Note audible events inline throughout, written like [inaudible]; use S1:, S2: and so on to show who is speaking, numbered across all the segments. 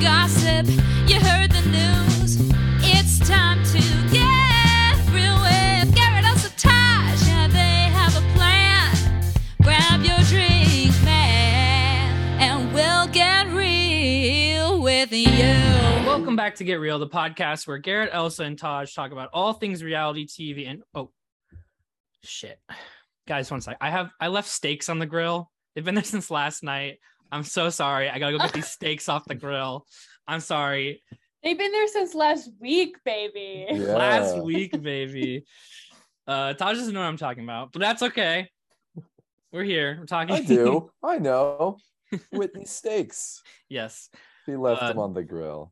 S1: gossip, you heard the news. It's time to get real with Garrett Elsa Taj. Yeah, they have a plan. Grab your drink, man, and we'll get real with you.
S2: Welcome back to Get Real, the podcast where Garrett, Elsa, and Taj talk about all things reality TV and oh shit. Guys, one sec. I have I left steaks on the grill. They've been there [laughs] since last night. I'm so sorry. I gotta go get
S3: [laughs]
S2: these steaks off the grill. I'm sorry.
S4: They've been there since last week, baby.
S2: Last
S3: Yeah.
S2: week, baby. Uh Taj doesn't know what I'm talking about, but that's okay. We're here. We're talking.
S3: I do. I know. Whitney Steaks.
S2: [laughs] yes.
S3: He left
S2: Uh,
S3: them on the grill.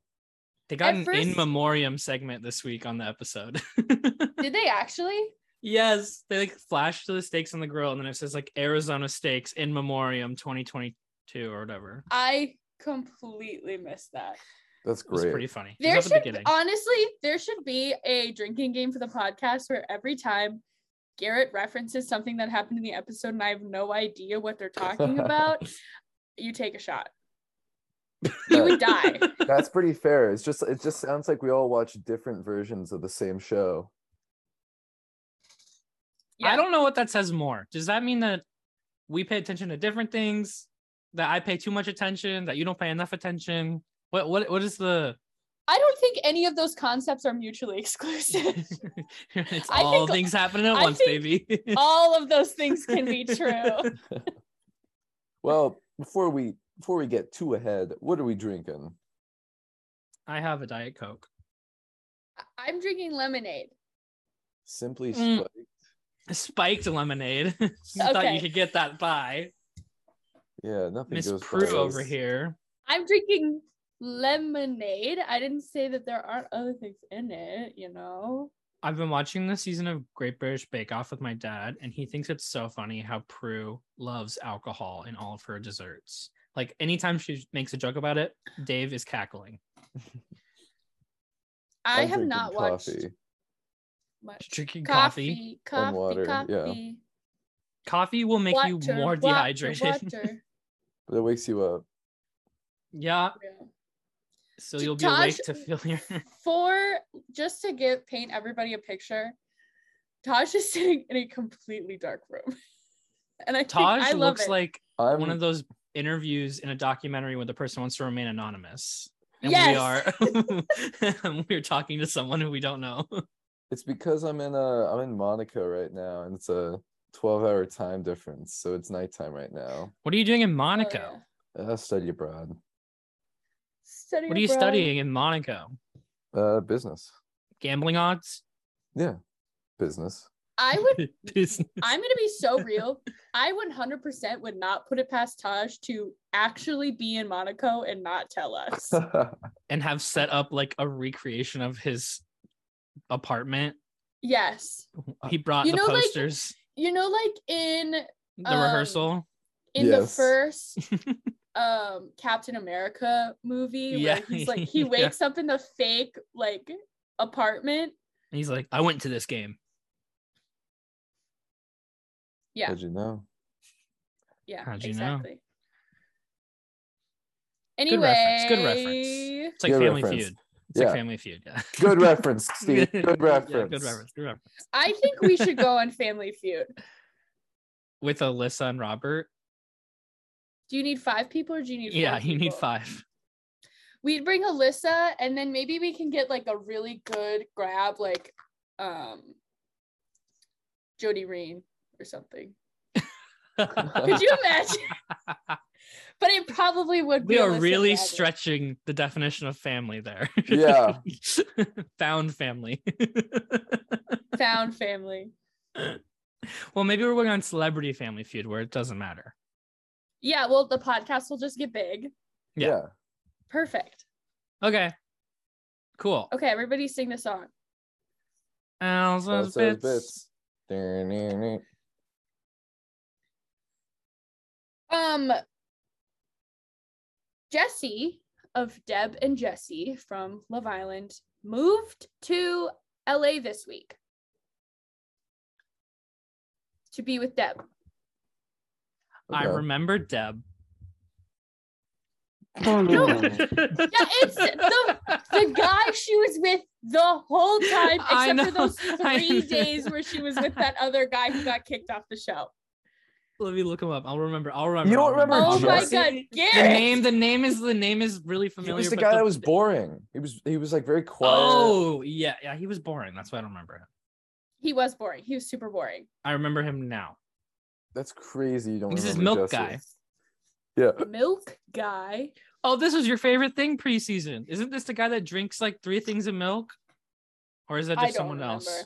S2: They got
S4: At
S2: an
S4: first-
S2: in memoriam segment this week on the episode.
S4: [laughs] Did they actually?
S2: Yes, they like flash to the steaks on the grill, and then it says like Arizona Steaks in Memoriam 2022 or whatever.
S4: I completely missed that.
S3: That's
S2: It was
S3: great.
S2: pretty funny. It
S4: There
S2: was at the
S4: should
S2: beginning.
S4: honestly, there should be a drinking game for the podcast where every time Garrett references something that happened in the episode and I have no idea what
S2: [laughs]
S4: they're talking about, you take a shot. You
S2: [laughs]
S4: would die.
S3: That's pretty fair. It's just it just sounds like we all watch different versions of the same show.
S4: Yeah.
S2: I don't know what that says more. Does that mean that we pay attention to different things? That I pay too much attention? That you don't pay enough attention? What what what is the?
S4: [laughs] I don't think any of those concepts are
S2: [laughs]
S4: mutually exclusive.
S2: it's
S4: I
S2: all
S4: think-
S2: things happening at
S4: I
S2: once,
S4: think
S2: baby.
S4: All of those things can be true.
S3: Well, before we before we get too ahead, what are we drinking?
S2: [laughs] I have a diet coke.
S4: I'm drinking lemonade.
S3: Simply
S2: Mm.
S3: Spiked.
S2: Spiked lemonade. [laughs] Thought
S4: Okay.
S2: you could get that by
S3: Yeah, nothing
S2: Miss
S3: goes by
S2: Prue over
S3: us.
S2: here.
S4: I'm drinking lemonade. I didn't say that there aren't other things in it, you know.
S2: I've been watching the season of Great British Bake Off with my dad, and he thinks it's so funny how Prue loves alcohol in all of her desserts. Like anytime she makes a joke about it, Dave is cackling.
S4: I have
S3: I'm drinking
S4: not watched
S3: coffee.
S4: much
S2: Drinking coffee.
S4: coffee,
S3: And
S4: coffee,
S3: water, yeah.
S4: coffee.
S2: Coffee, will make you
S4: water,
S2: more
S4: water,
S2: dehydrated. [laughs]
S4: water. [laughs]
S3: That wakes you up.
S2: yeah.
S4: Yeah.
S2: So
S4: J-
S2: you'll be
S4: Taj-
S2: awake to feel
S4: [laughs]
S2: your [laughs]
S4: For just to give paint everybody a picture, Taj is [laughs] sitting in a completely dark room, [laughs] and I think I
S2: Taj
S4: love
S2: looks
S4: it.
S2: like
S3: I'm
S2: one of those interviews in a documentary where the person wants to remain anonymous. And
S4: Yes.
S2: we are [laughs] we're talking to someone who we don't
S4: [laughs]
S2: know.
S3: it's because I'm in uh I'm in Monaco right now and it's a 12 hour time difference. So it's nighttime right now.
S2: What are you doing in
S4: Oh,
S2: Monaco?
S4: yeah.
S3: Uh, study abroad.
S4: Study
S2: What are you
S4: abroad.
S2: studying in Monaco?
S3: Uh business.
S2: Gambling odds?
S3: Yeah.
S2: [laughs]
S3: Business.
S4: I would
S2: Business.
S4: I'm gonna be so real. I 100% would not put it past Taj to actually be in Monaco and not
S2: [laughs]
S4: tell us.
S3: [laughs]
S2: and have set up like a recreation of his apartment.
S4: yes,
S2: He brought
S4: Uh, You
S2: the
S4: know, like,
S2: posters,
S4: you know, like in
S2: the
S4: um,
S2: rehearsal.
S4: in the
S2: [laughs]
S3: Yes.
S4: first um Captain America movie
S2: Yeah.
S4: where
S2: [laughs]
S4: he's like he
S2: Yeah.
S4: wakes up in the fake like apartment.
S2: And he's like, I went to this game.
S4: Yeah.
S3: How'd you know?
S4: Yeah,
S2: How'd you know?
S4: exactly.
S2: Good reference, good reference.
S4: Anyway,
S2: It's like
S3: Good
S2: Family
S3: reference.
S2: Feud. It's like
S3: Yeah.
S2: Family Feud. Yeah. [laughs]
S3: Good reference, Steve.
S2: Yeah,
S3: Good reference.
S2: good reference. Good reference.
S4: I think we should go on Family Feud.
S2: With Alyssa and Robert.
S4: Do you need five people or do you
S2: [laughs]
S4: need?
S2: Yeah,
S4: four
S2: you need
S4: people?
S2: five.
S4: we'd bring Alyssa and then maybe we can get like a really good grab like um Jody Rain or something. [laughs] Could you
S2: [laughs]
S4: imagine? [laughs] but it probably would be
S2: we are
S4: Alyssa
S2: really
S4: Rabbit.
S2: stretching the definition of family there.
S3: Yeah.
S2: [laughs] Found family.
S4: found family.
S2: well, maybe we're working on celebrity family feud where it doesn't matter.
S4: Yeah, well the podcast will just get big.
S2: Yeah.
S3: Yeah.
S4: Perfect.
S2: Okay. Cool.
S4: Okay, everybody sing the song.
S2: Elsa's
S3: Also his
S2: bits.
S3: bits. Dun-dun-dun.
S4: Um Jesse of Deb and Jesse from Love Island moved to LA this week to be with Deb.
S2: I
S3: Okay. [laughs]
S2: remember Deb.
S4: Yeah,
S2: [laughs]
S4: it's the, the guy she was with the whole time,
S2: I
S4: except for
S2: know,
S4: those
S2: [laughs] I
S4: three
S2: know.
S4: days where she was with that other guy who got kicked off
S2: [laughs]
S4: the show.
S2: [laughs] Let me look him up. I'll remember. I'll remember.
S3: don't
S2: I'll
S3: remember
S4: Oh my
S3: Jesse?
S4: god, Garrett!
S2: The name. The name is the name is really
S3: He
S2: familiar.
S3: was the
S2: but
S3: guy that was boring. He was he was like very quiet.
S2: Oh yeah, yeah. He was boring. That's why I don't remember him.
S4: He was boring. He was super boring.
S2: I remember him now.
S3: That's crazy. You don't.
S2: This is
S3: remember
S2: Milk
S3: Jesse.
S2: Guy.
S3: Yeah.
S4: Milk guy.
S2: Oh, this was your favorite thing preseason. Isn't this the guy that drinks like three things of milk? Or is that
S4: I
S2: just
S4: don't
S2: someone
S4: remember.
S2: else?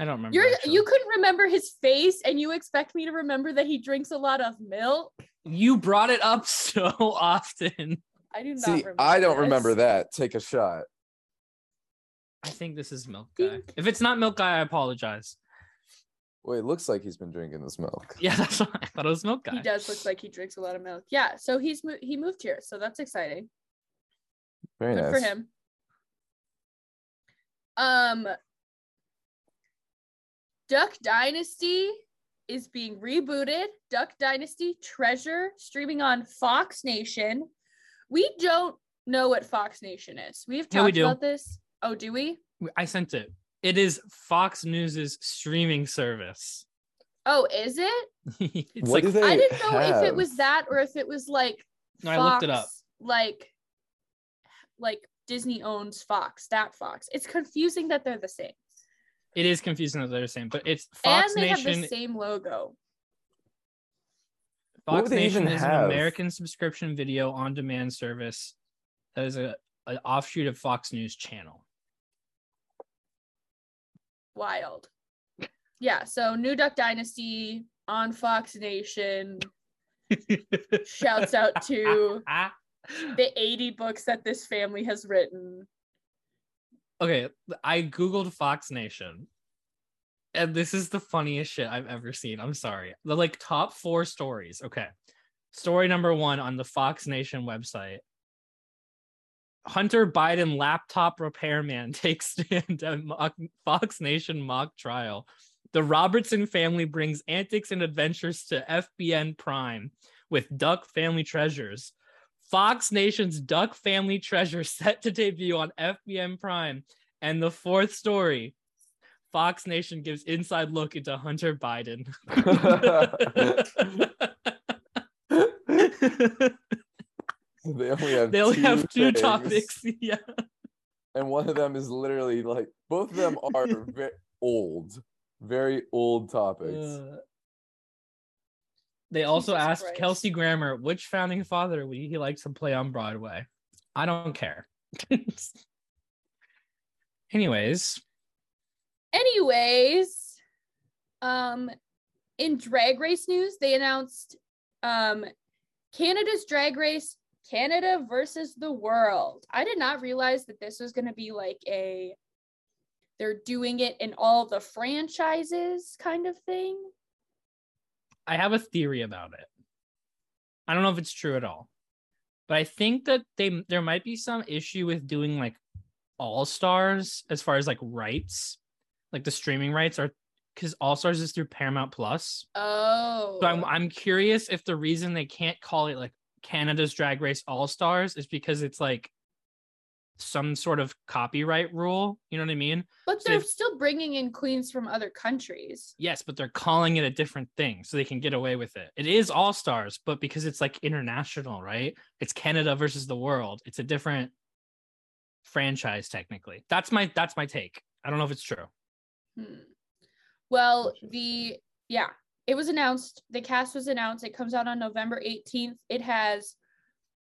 S2: I don't remember.
S4: You're
S2: actually.
S4: you couldn't remember his face, and you expect me to remember that he drinks a lot of milk.
S2: You brought it up [laughs] so often.
S4: I do not
S3: See,
S4: remember.
S3: I don't
S4: this.
S3: remember that. Take a shot.
S2: I think this is Milk Guy.
S4: Think.
S2: If it's not Milk Guy, I apologize.
S3: Wait, it looks like he's been drinking this milk.
S2: Yeah, that's what I thought it was Milk Guy.
S4: He does look like he drinks a lot of milk. Yeah, so he's mo- he moved here, so that's exciting.
S3: Very
S4: Good
S3: nice.
S4: for him. Um, Duck Dynasty is being rebooted. Duck Dynasty Treasure streaming on Fox Nation. We don't know what Fox Nation is. We've talked
S2: Yeah, we do.
S4: about this. Oh, do we?
S2: I sent it. It is Fox News's streaming service. [laughs]
S4: Oh, is it?
S2: it's like
S3: What do they
S4: I didn't know if it
S3: have?
S2: [laughs]
S4: was that or if it was like
S2: No, I looked it up.
S4: Fox, Like, like Disney owns Fox. That Fox. It's confusing that they're the same.
S2: it is confusing as they're saying, but it's Fox
S4: and they have
S2: Nation.
S4: the same logo.
S3: What would
S2: Fox
S3: they
S2: Nation
S3: even
S2: is
S3: have?
S2: an American subscription video on demand service that is a an offshoot of Fox News
S4: [laughs]
S2: Channel.
S4: Wild. Yeah, so New Duck Dynasty on Fox Nation. Shouts out
S2: [laughs]
S4: to
S2: Ah.
S4: the 80 books that this family has written.
S2: Okay, I googled Fox Nation. And this is the funniest shit I've ever seen. I'm sorry. The like top 4 stories. Okay. Story number 1 on the Fox Nation website. Hunter Biden laptop repairman [laughs] takes stand at mock, Fox Nation mock trial. The Robertson family brings antics and adventures to FBN Prime with Duck Family Treasures. Fox Nation's Duck Family Treasure [laughs] set to debut on FBN Prime. And the fourth story Fox Nation gives inside look into Hunter
S3: [laughs]
S2: Biden.
S3: [laughs]
S2: [laughs]
S3: They only have
S2: they only
S3: two
S2: have two
S3: things,
S2: topics. [laughs] Yeah.
S3: and one of them is literally like both of them are very old, very old topics.
S2: Uh, they also
S4: Jesus
S2: asked
S4: Christ.
S2: Kelsey Grammer which founding father would he like to play on Broadway. I don't care. [laughs] Anyways,
S4: Anyways, um in drag race news, they announced um Canada's drag race Canada versus the world. I did not realize that this was going to be like a they're doing it in all the franchises kind of thing.
S2: I have a theory about it. I don't know if it's true at all, but I think that they there might be some issue with doing like All Stars as far as like rights, like the streaming rights are because All Stars is through Paramount Plus.
S4: Oh.
S2: So I'm I'm curious if the reason they can't call it like Canada's Drag Race All Stars is because it's like some sort of copyright rule. You know what I mean?
S4: but
S2: so
S4: they're
S2: they've-
S4: still bringing in queens from other countries.
S2: Yes, but they're calling it a different thing so they can get away with it. It is All Stars, but because it's like international, right? It's Canada versus the world. It's a different franchise technically. That's my that's my take. I don't know if it's true.
S4: Hmm. Well,
S3: Interesting.
S4: the yeah, it was announced. The cast was announced. It comes out on November 18th. It has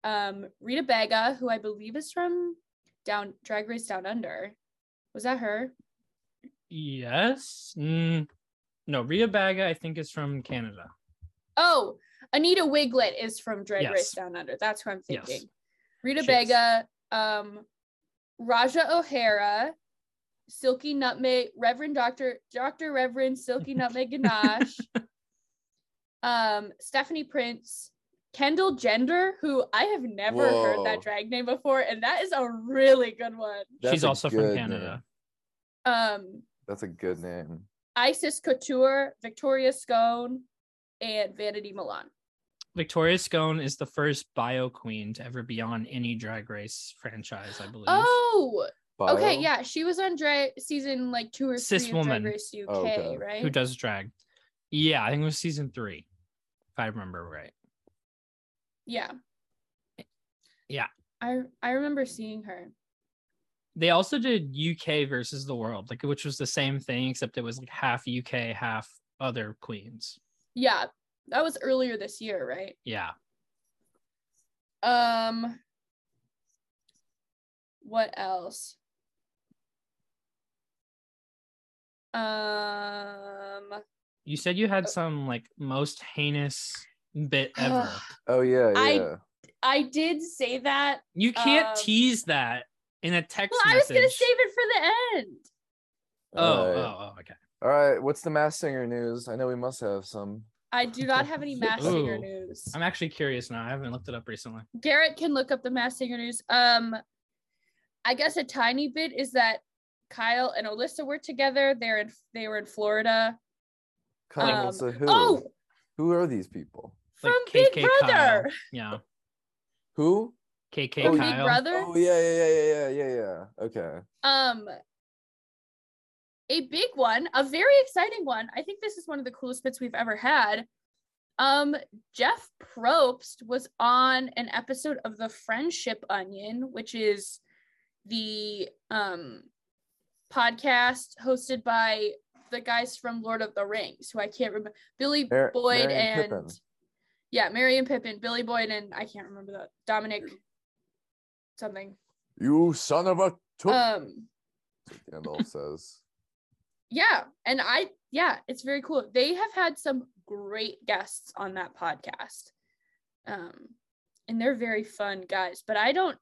S4: um Rita Bega, who I believe is from Down Drag Race Down Under. Was that her?
S2: Yes. Mm. No, Rita Baga I think is from Canada.
S4: Oh, Anita Wiglet is from Drag Race
S2: Yes.
S4: Down Under. That's who I'm
S2: Yes.
S4: thinking. Rita
S2: She is.
S4: Bega, um, Raja O'Hara, Silky Nutmeg, Reverend Doctor Doctor
S2: [laughs]
S4: Reverend Silky Nutmeg Ganache, um, Stephanie Prince, Kendall Gender, who I have never heard
S3: Whoa.
S4: that drag name before, and that is a really good one.
S3: That's
S2: She's
S3: a
S2: also from
S3: good
S2: Canada.
S3: name.
S4: Um,
S3: That's a good name.
S4: Isis Couture, Victoria Scone, and Vanity Milan.
S2: Victoria Scone is the first bio queen to ever be on any drag race franchise, I believe.
S4: Oh, okay,
S3: Bio?
S4: yeah. She was on dra- season like two or
S2: Cis
S4: three
S2: woman.
S4: of Drag Race UK,
S3: okay.
S4: right?
S2: Who does drag? Yeah, I think it was season three, if I remember right.
S4: yeah.
S2: Yeah.
S4: I I remember seeing her.
S2: They also did UK versus the world, like which was the same thing, except it was like half UK, half other queens.
S4: Yeah, that was earlier this year, right?
S2: Yeah.
S4: Um, what else? Um,
S2: You said you
S4: Oh.
S2: had some like most heinous
S4: [sighs]
S2: bit ever.
S3: Oh yeah,
S4: I-
S3: yeah.
S4: I did say that.
S2: You can't
S4: Um,
S2: tease that in a text
S4: Well, I was
S2: message.
S4: gonna save it for the end.
S2: oh,
S3: Alright.
S2: oh, oh, okay.
S3: All right, what's the mass singer news? I know we must have some.
S4: I do not have
S2: [laughs]
S4: any mass singer
S2: Ooh.
S4: news.
S2: I'm actually curious now. I haven't looked it up recently.
S4: Garrett can look up the mass singer news. Um, I guess a tiny bit is that Kyle and Alyssa were together. They're in. They were in Florida.
S3: Kyle
S4: Um,
S3: Mensa, who?
S4: Oh,
S3: Who are these people?
S2: Like
S4: from
S2: KK
S4: Big
S2: Kyle.
S4: Brother.
S2: Yeah.
S3: Who?
S2: KK
S4: From
S2: Kyle.
S4: Big Brother.
S3: Oh yeah, yeah, yeah, yeah, yeah, yeah. Okay.
S4: Um, a big one, a very exciting one. I think this is one of the coolest bits we've ever had. Um, Jeff Probst was on an episode of The Friendship Onion, which is the um podcast hosted by the guys from Lord of the Rings, who I can't remember, Billy
S3: Mar-
S4: Boyd
S3: Marion
S4: and
S3: Pippin.
S4: yeah, Marion Pippin, Billy Boyd, and I can't remember that Dominic something.
S3: You son of a took.
S4: Um,
S3: Gandalf says.
S4: yeah and i yeah it's very cool they have had some great guests on that podcast um and they're very fun guys but i don't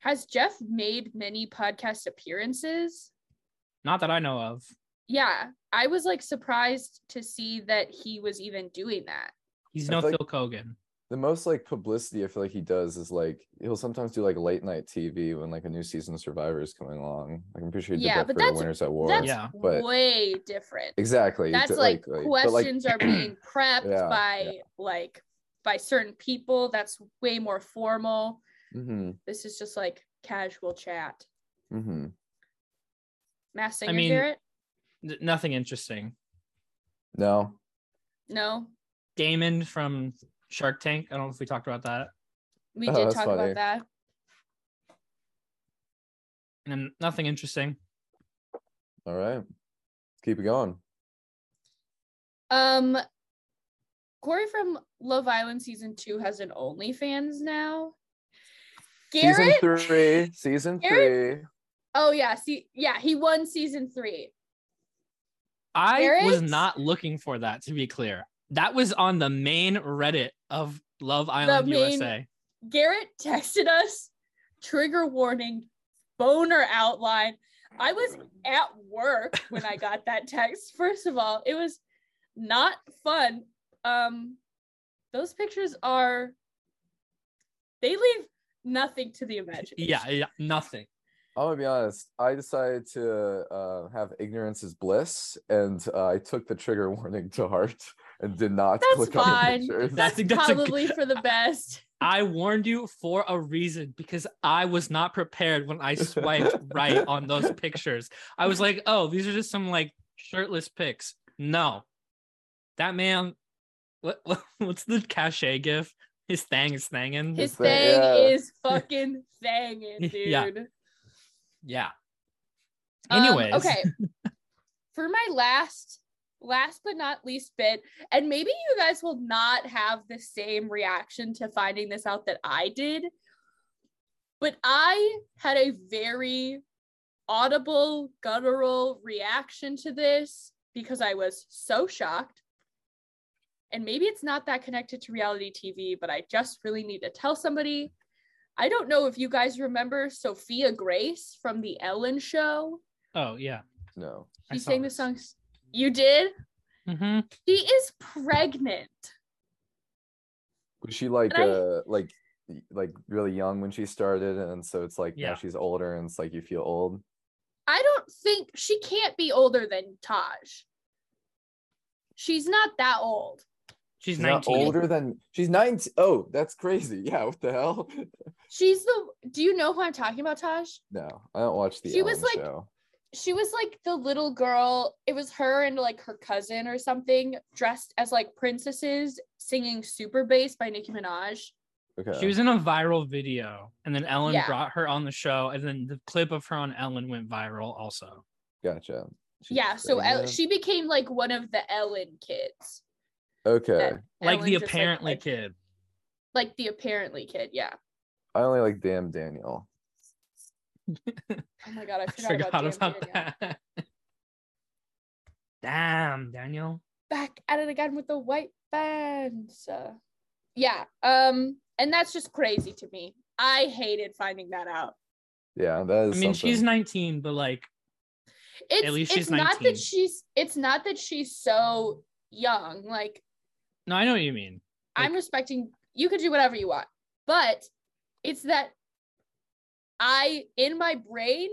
S4: has jeff made many podcast appearances
S2: Not that I know of.
S4: yeah i was like surprised to see that he was even doing that
S2: He's
S3: I
S2: no
S3: feel like-
S2: Phil Kogan.
S3: The most like publicity I feel like he does is like he'll sometimes do like late night TV when like a new season of Survivor is coming along. Like I'm pretty sure he did
S4: Yeah,
S3: that
S4: but
S3: for
S4: that's-
S3: Winners at War.
S4: that's
S2: Yeah.
S3: but-
S4: way different
S3: Exactly.
S4: that's
S3: Exa-
S4: like,
S3: but, like,
S4: questions are
S3: [clears throat]
S4: being prepped
S3: Yeah,
S4: by like by certain people that's way more formal
S3: mhm,
S4: this is just like casual chat
S3: mhm.
S4: Mass Singer
S2: mean-
S4: Garrett?
S2: N- nothing interesting.
S3: No.
S4: No,
S2: Damon from Shark Tank. I don't know if we talked about that.
S4: we
S3: Oh,
S4: did
S3: that's
S4: talk
S3: funny.
S4: about that.
S2: And then nothing interesting.
S3: All right. Keep it going.
S4: Um, Corey from Love Island season two has an OnlyFans now. Garrett?
S3: Season three. Season
S4: Garrett-
S3: three.
S4: Oh yeah, see, yeah, he won season three.
S2: I was
S4: Garrett?
S2: not looking for that, to be clear. That was on the main Reddit of Love Island
S4: main-
S2: USA.
S4: Garrett texted us, trigger warning, boner outline. I was at work when I got that text. First of all, it was not fun. Um, those pictures are they leave nothing to the imagination.
S2: Yeah, yeah, nothing.
S3: I'm gonna be honest. I decided to uh, have ignorance is bliss, and uh, I took the trigger warning to heart and did not
S4: That's
S3: click on the
S4: fine.
S3: pictures.
S2: That's- I
S4: That's
S2: think a good-
S4: probably for the best.
S2: I warned you for a reason because I was not prepared when I
S4: [laughs]
S2: swiped right on those pictures. I was like, oh, these are just some like shirtless pics. No, that man, what, [laughs] what- what's the cachet gif? His thang is thangin'.
S4: His
S3: His
S4: thing
S3: thing, yeah.
S4: is fucking thangin', dude.
S2: [laughs] Yeah. yeah.
S4: Um,
S2: Anyways,
S4: okay. For my last, last but not least bit, and maybe you guys will not have the same reaction to finding this out that I did, but I had a very audible, guttural reaction to this because I was so shocked. And maybe it's not that connected to reality TV, but I just really need to tell somebody. I don't know if you guys remember Sophia Grace from The Ellen Show.
S2: Oh, yeah.
S3: no.
S2: I
S4: She
S2: saw
S4: sang the
S2: this.
S4: songs. You did?
S2: hmm
S4: She is pregnant.
S3: Was she like
S4: And I-
S3: uh like y- like really young when she started, and so it's like
S2: Yeah.
S3: now she's older, and it's like you feel old.
S4: I don't think she can't be older than Taj. She's not that old.
S2: She's
S3: She's not
S2: 19.
S3: older than she's 19. Oh, that's crazy. [laughs] Yeah, what the hell?
S4: She's the. Do you know who I'm talking about, Taj?
S3: No, I don't watch the
S4: She was,
S3: Ellen
S4: like,
S3: show.
S4: She was like the little girl. It was her and like her cousin or something, dressed as like princesses, singing "Super Bass" by Nicki Minaj.
S3: Okay.
S2: She was in a viral video, and then Ellen
S4: Yeah.
S2: brought her on the show, and then the clip of her on Ellen went viral also.
S3: gotcha. She's
S4: yeah, so El-
S3: pregnant?
S4: she became like one of the Ellen kids.
S3: Okay.
S2: Like
S4: Ellen
S2: the
S4: just,
S2: apparently
S4: like,
S2: kid. [laughs]
S4: like, like the apparently kid. Yeah.
S3: I only like damn Daniel.
S4: Oh my god, I
S2: I
S4: forgot, about, about that.
S2: that. Damn, Daniel.
S4: Back at it again with the white bands. Uh, yeah. Um, and that's just crazy to me. I hated finding that out.
S3: Yeah, that
S2: I
S3: is
S2: mean,
S3: something.
S2: she's 19, but like,
S4: It's
S2: least
S4: it's
S2: she's
S4: not
S2: 19.
S4: that she's it's not that she's so young. Like
S2: no, I know what you mean.
S4: I'm respecting you can do whatever you want, but it's that I in my brain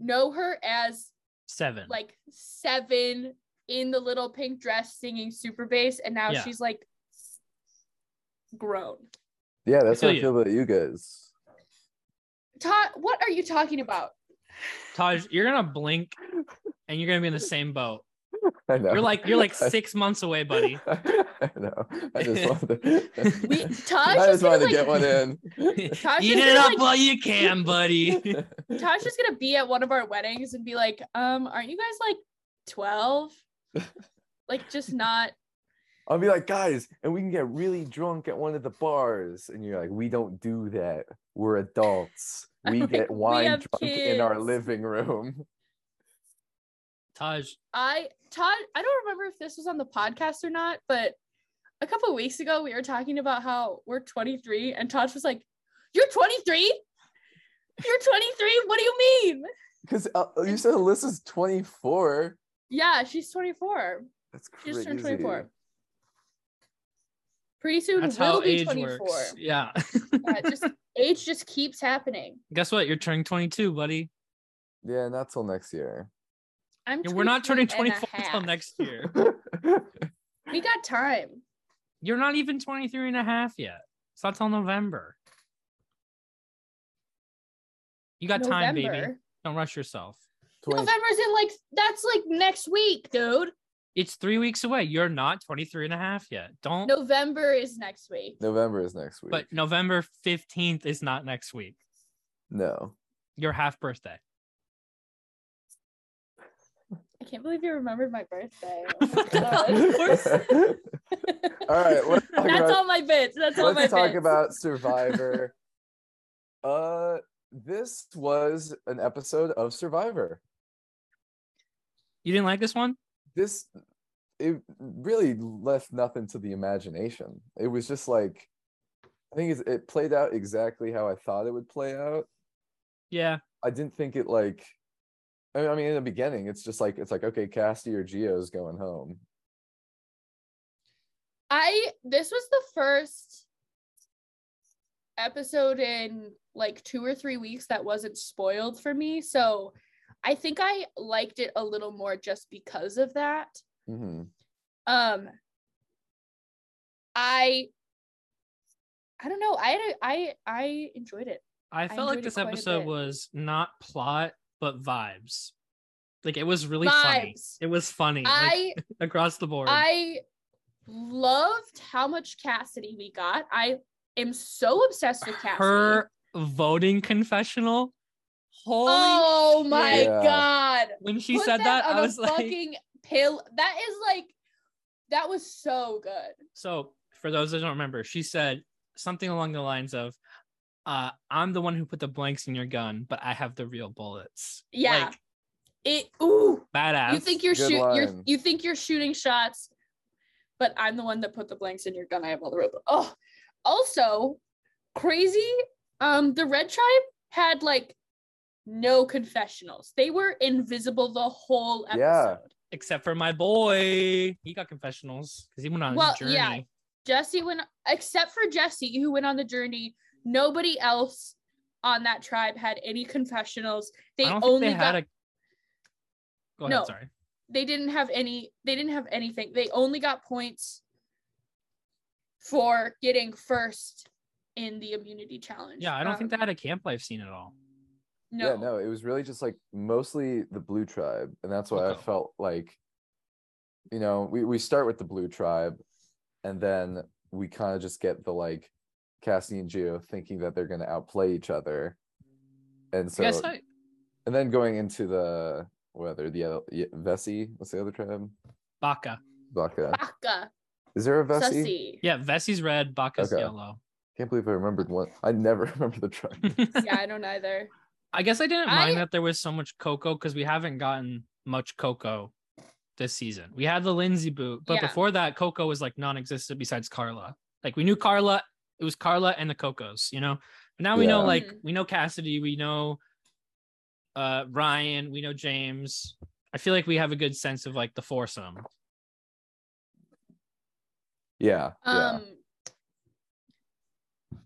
S4: know her as
S2: Seven.
S4: like seven in the little pink dress singing super bass and now
S2: Yeah.
S4: she's like grown
S3: yeah, that's how
S2: feel
S3: I
S2: you.
S3: feel about you guys. [laughs]
S4: todd what are you talking about [laughs]
S2: Taj, you're gonna blink, and you're gonna be in the same boat.
S3: I know.
S2: You're like, you're like
S3: [laughs] I-
S2: six months away,
S4: [laughs]
S2: buddy.
S3: [laughs] I know. I just wanted [laughs] to,
S2: [laughs]
S4: we
S3: I
S4: todd just
S3: just wanted
S4: gonna,
S3: to
S4: like,
S3: get one in.
S4: Taj's
S2: Eat
S4: just
S2: it
S4: gonna,
S2: up
S4: like-
S2: while you
S4: [laughs]
S2: can,
S3: [laughs]
S2: buddy.
S4: todd's just gonna be at one of our weddings and be like um aren't you guys like 12
S3: [laughs]
S4: like just not
S3: I'll be like, guys, and we can get really drunk at one of the bars. And you're like, we don't do that.
S4: [laughs]
S3: We're adults. We
S4: like,
S3: get
S4: "We
S3: wine
S4: have
S3: drunk in our
S4: kids."
S3: living room. [laughs]
S2: Taj,
S4: I Todd, I don't remember if this was on the podcast or not, but a couple of weeks ago we were talking about how we're 23 and Todd was like, "You're 23? You're 23? What do you mean?"
S3: Because uh, you said Alyssa's 24.
S4: Yeah, she's 24.
S3: That's
S4: She
S3: crazy.
S4: just turned 24. Pretty soon
S2: that's
S4: will
S2: how
S4: be
S2: age
S4: 24.
S2: works. Yeah. [laughs]
S4: Yeah, it just age just keeps happening.
S2: Guess what? You're turning 22, buddy.
S3: Yeah, not till
S4: [laughs]
S3: next year.
S4: I'm
S2: We're not turning
S4: 23 and a
S2: 24 until
S4: half. [laughs]
S2: next year.
S4: We got time.
S2: You're not even 23 and a half yet. It's not till November. You got time, baby.
S4: November.
S2: Don't rush yourself.
S3: 20,
S4: November's in like that's like next week, dude.
S2: It's three weeks away. You're not 23 and a half yet. Don't,
S4: November is next week.
S3: November is next week.
S2: but November 15th is not next week.
S4: [laughs]
S3: no.
S2: Your half birthday.
S4: I can't believe you remembered my birthday. Oh
S2: [laughs]
S4: my
S2: Of course.
S4: God.
S3: [laughs] all right.
S4: [laughs]
S3: Let's talk
S4: That's
S3: about,
S4: all my bits. That's all my
S3: let's talk
S4: bits. [laughs]
S3: about Survivor. uh, this was an episode of Survivor.
S2: You didn't like this one?
S3: this it really left nothing to the imagination it was just like i think it's, it played out exactly how i thought it would play out
S2: Yeah.
S3: i didn't think it like i mean, I mean in the beginning it's just like it's like okay cassie or geo's going home
S4: I this was the first episode in like two or three weeks that wasn't spoiled for me. So I think I liked it a little more just because of that.
S3: hmm
S4: Um I I don't know. I had a, I I enjoyed it.
S2: I felt like
S4: enjoyed it
S2: this
S4: quite a
S2: episode
S4: bit.
S2: was not plot, but vibes. Like it was really funny.
S4: Vibes.
S2: It was funny Mm, like,
S4: I
S2: across the board.
S4: I loved how much Cassidy we got. I am so obsessed with Cassidy.
S2: her voting confessional. Holy
S4: oh my
S2: shit.
S3: Yeah.
S4: god.
S2: When she
S4: Put
S2: said that,
S4: on
S2: I
S4: a
S2: was like,
S4: fucking pill. That is like that was so good.
S2: so for those that don't remember, she said something along the lines of, uh, I'm the one who put the blanks in your gun, but I have the real bullets.
S4: Yeah.
S2: Like,
S4: It ooh.
S2: badass.
S4: You think you're
S3: Good
S4: shoot you're,
S3: line.
S4: you think you're shooting shots, but I'm the one that put the blanks in your gun. I have all the rope. Oh, also crazy. Um, the red tribe had like no confessionals. They were invisible the whole episode.
S3: Yeah.
S2: except for my boy. He got confessionals because he went on
S4: Well,
S2: his journey.
S4: yeah. Jesse went except for Jesse, who went on the journey. Nobody else on that tribe had any confessionals. They
S2: I don't think
S4: only
S2: they had
S4: got
S2: a go ahead,
S4: No.
S2: sorry.
S4: they didn't have any they didn't have anything. They only got points for getting first in the immunity challenge.
S2: Yeah, I don't
S4: Um,
S2: think that had a camp life scene at all.
S4: No,
S3: Yeah, no, it was really just like mostly the blue tribe. And that's why I
S2: Okay.
S3: felt like, you know, we, we start with the blue tribe and then we kind of just get the like Cassie and Geo thinking that they're going to outplay each other. And so,
S2: I guess I,
S3: and then going into the, whether the other, yeah, Vessi, what's the other tribe?
S2: Baka.
S3: Baka.
S4: Baka,
S3: Is there a Vessi?
S4: Sussy.
S2: Yeah, Vessi's red, Baka's
S3: Okay.
S2: yellow.
S3: Can't believe I remembered one. I never [laughs] remember the tribe.
S4: [laughs] [laughs] yeah, I don't either.
S2: I guess I didn't mind
S4: I-
S2: that there was so much cocoa because we haven't gotten much cocoa this season. We had the Lindsay boot, but
S4: Yeah.
S2: before that, cocoa was like non-existent besides Carla. Like we knew Carla, it was Carla and the Cocos, you know. But now we know
S3: Yeah.
S2: like
S4: Mhm.
S2: we know Cassidy, we know uh Ryan, we know James. I feel like we have a good sense of like the foursome.
S3: Yeah. [laughs] yeah.
S4: Um,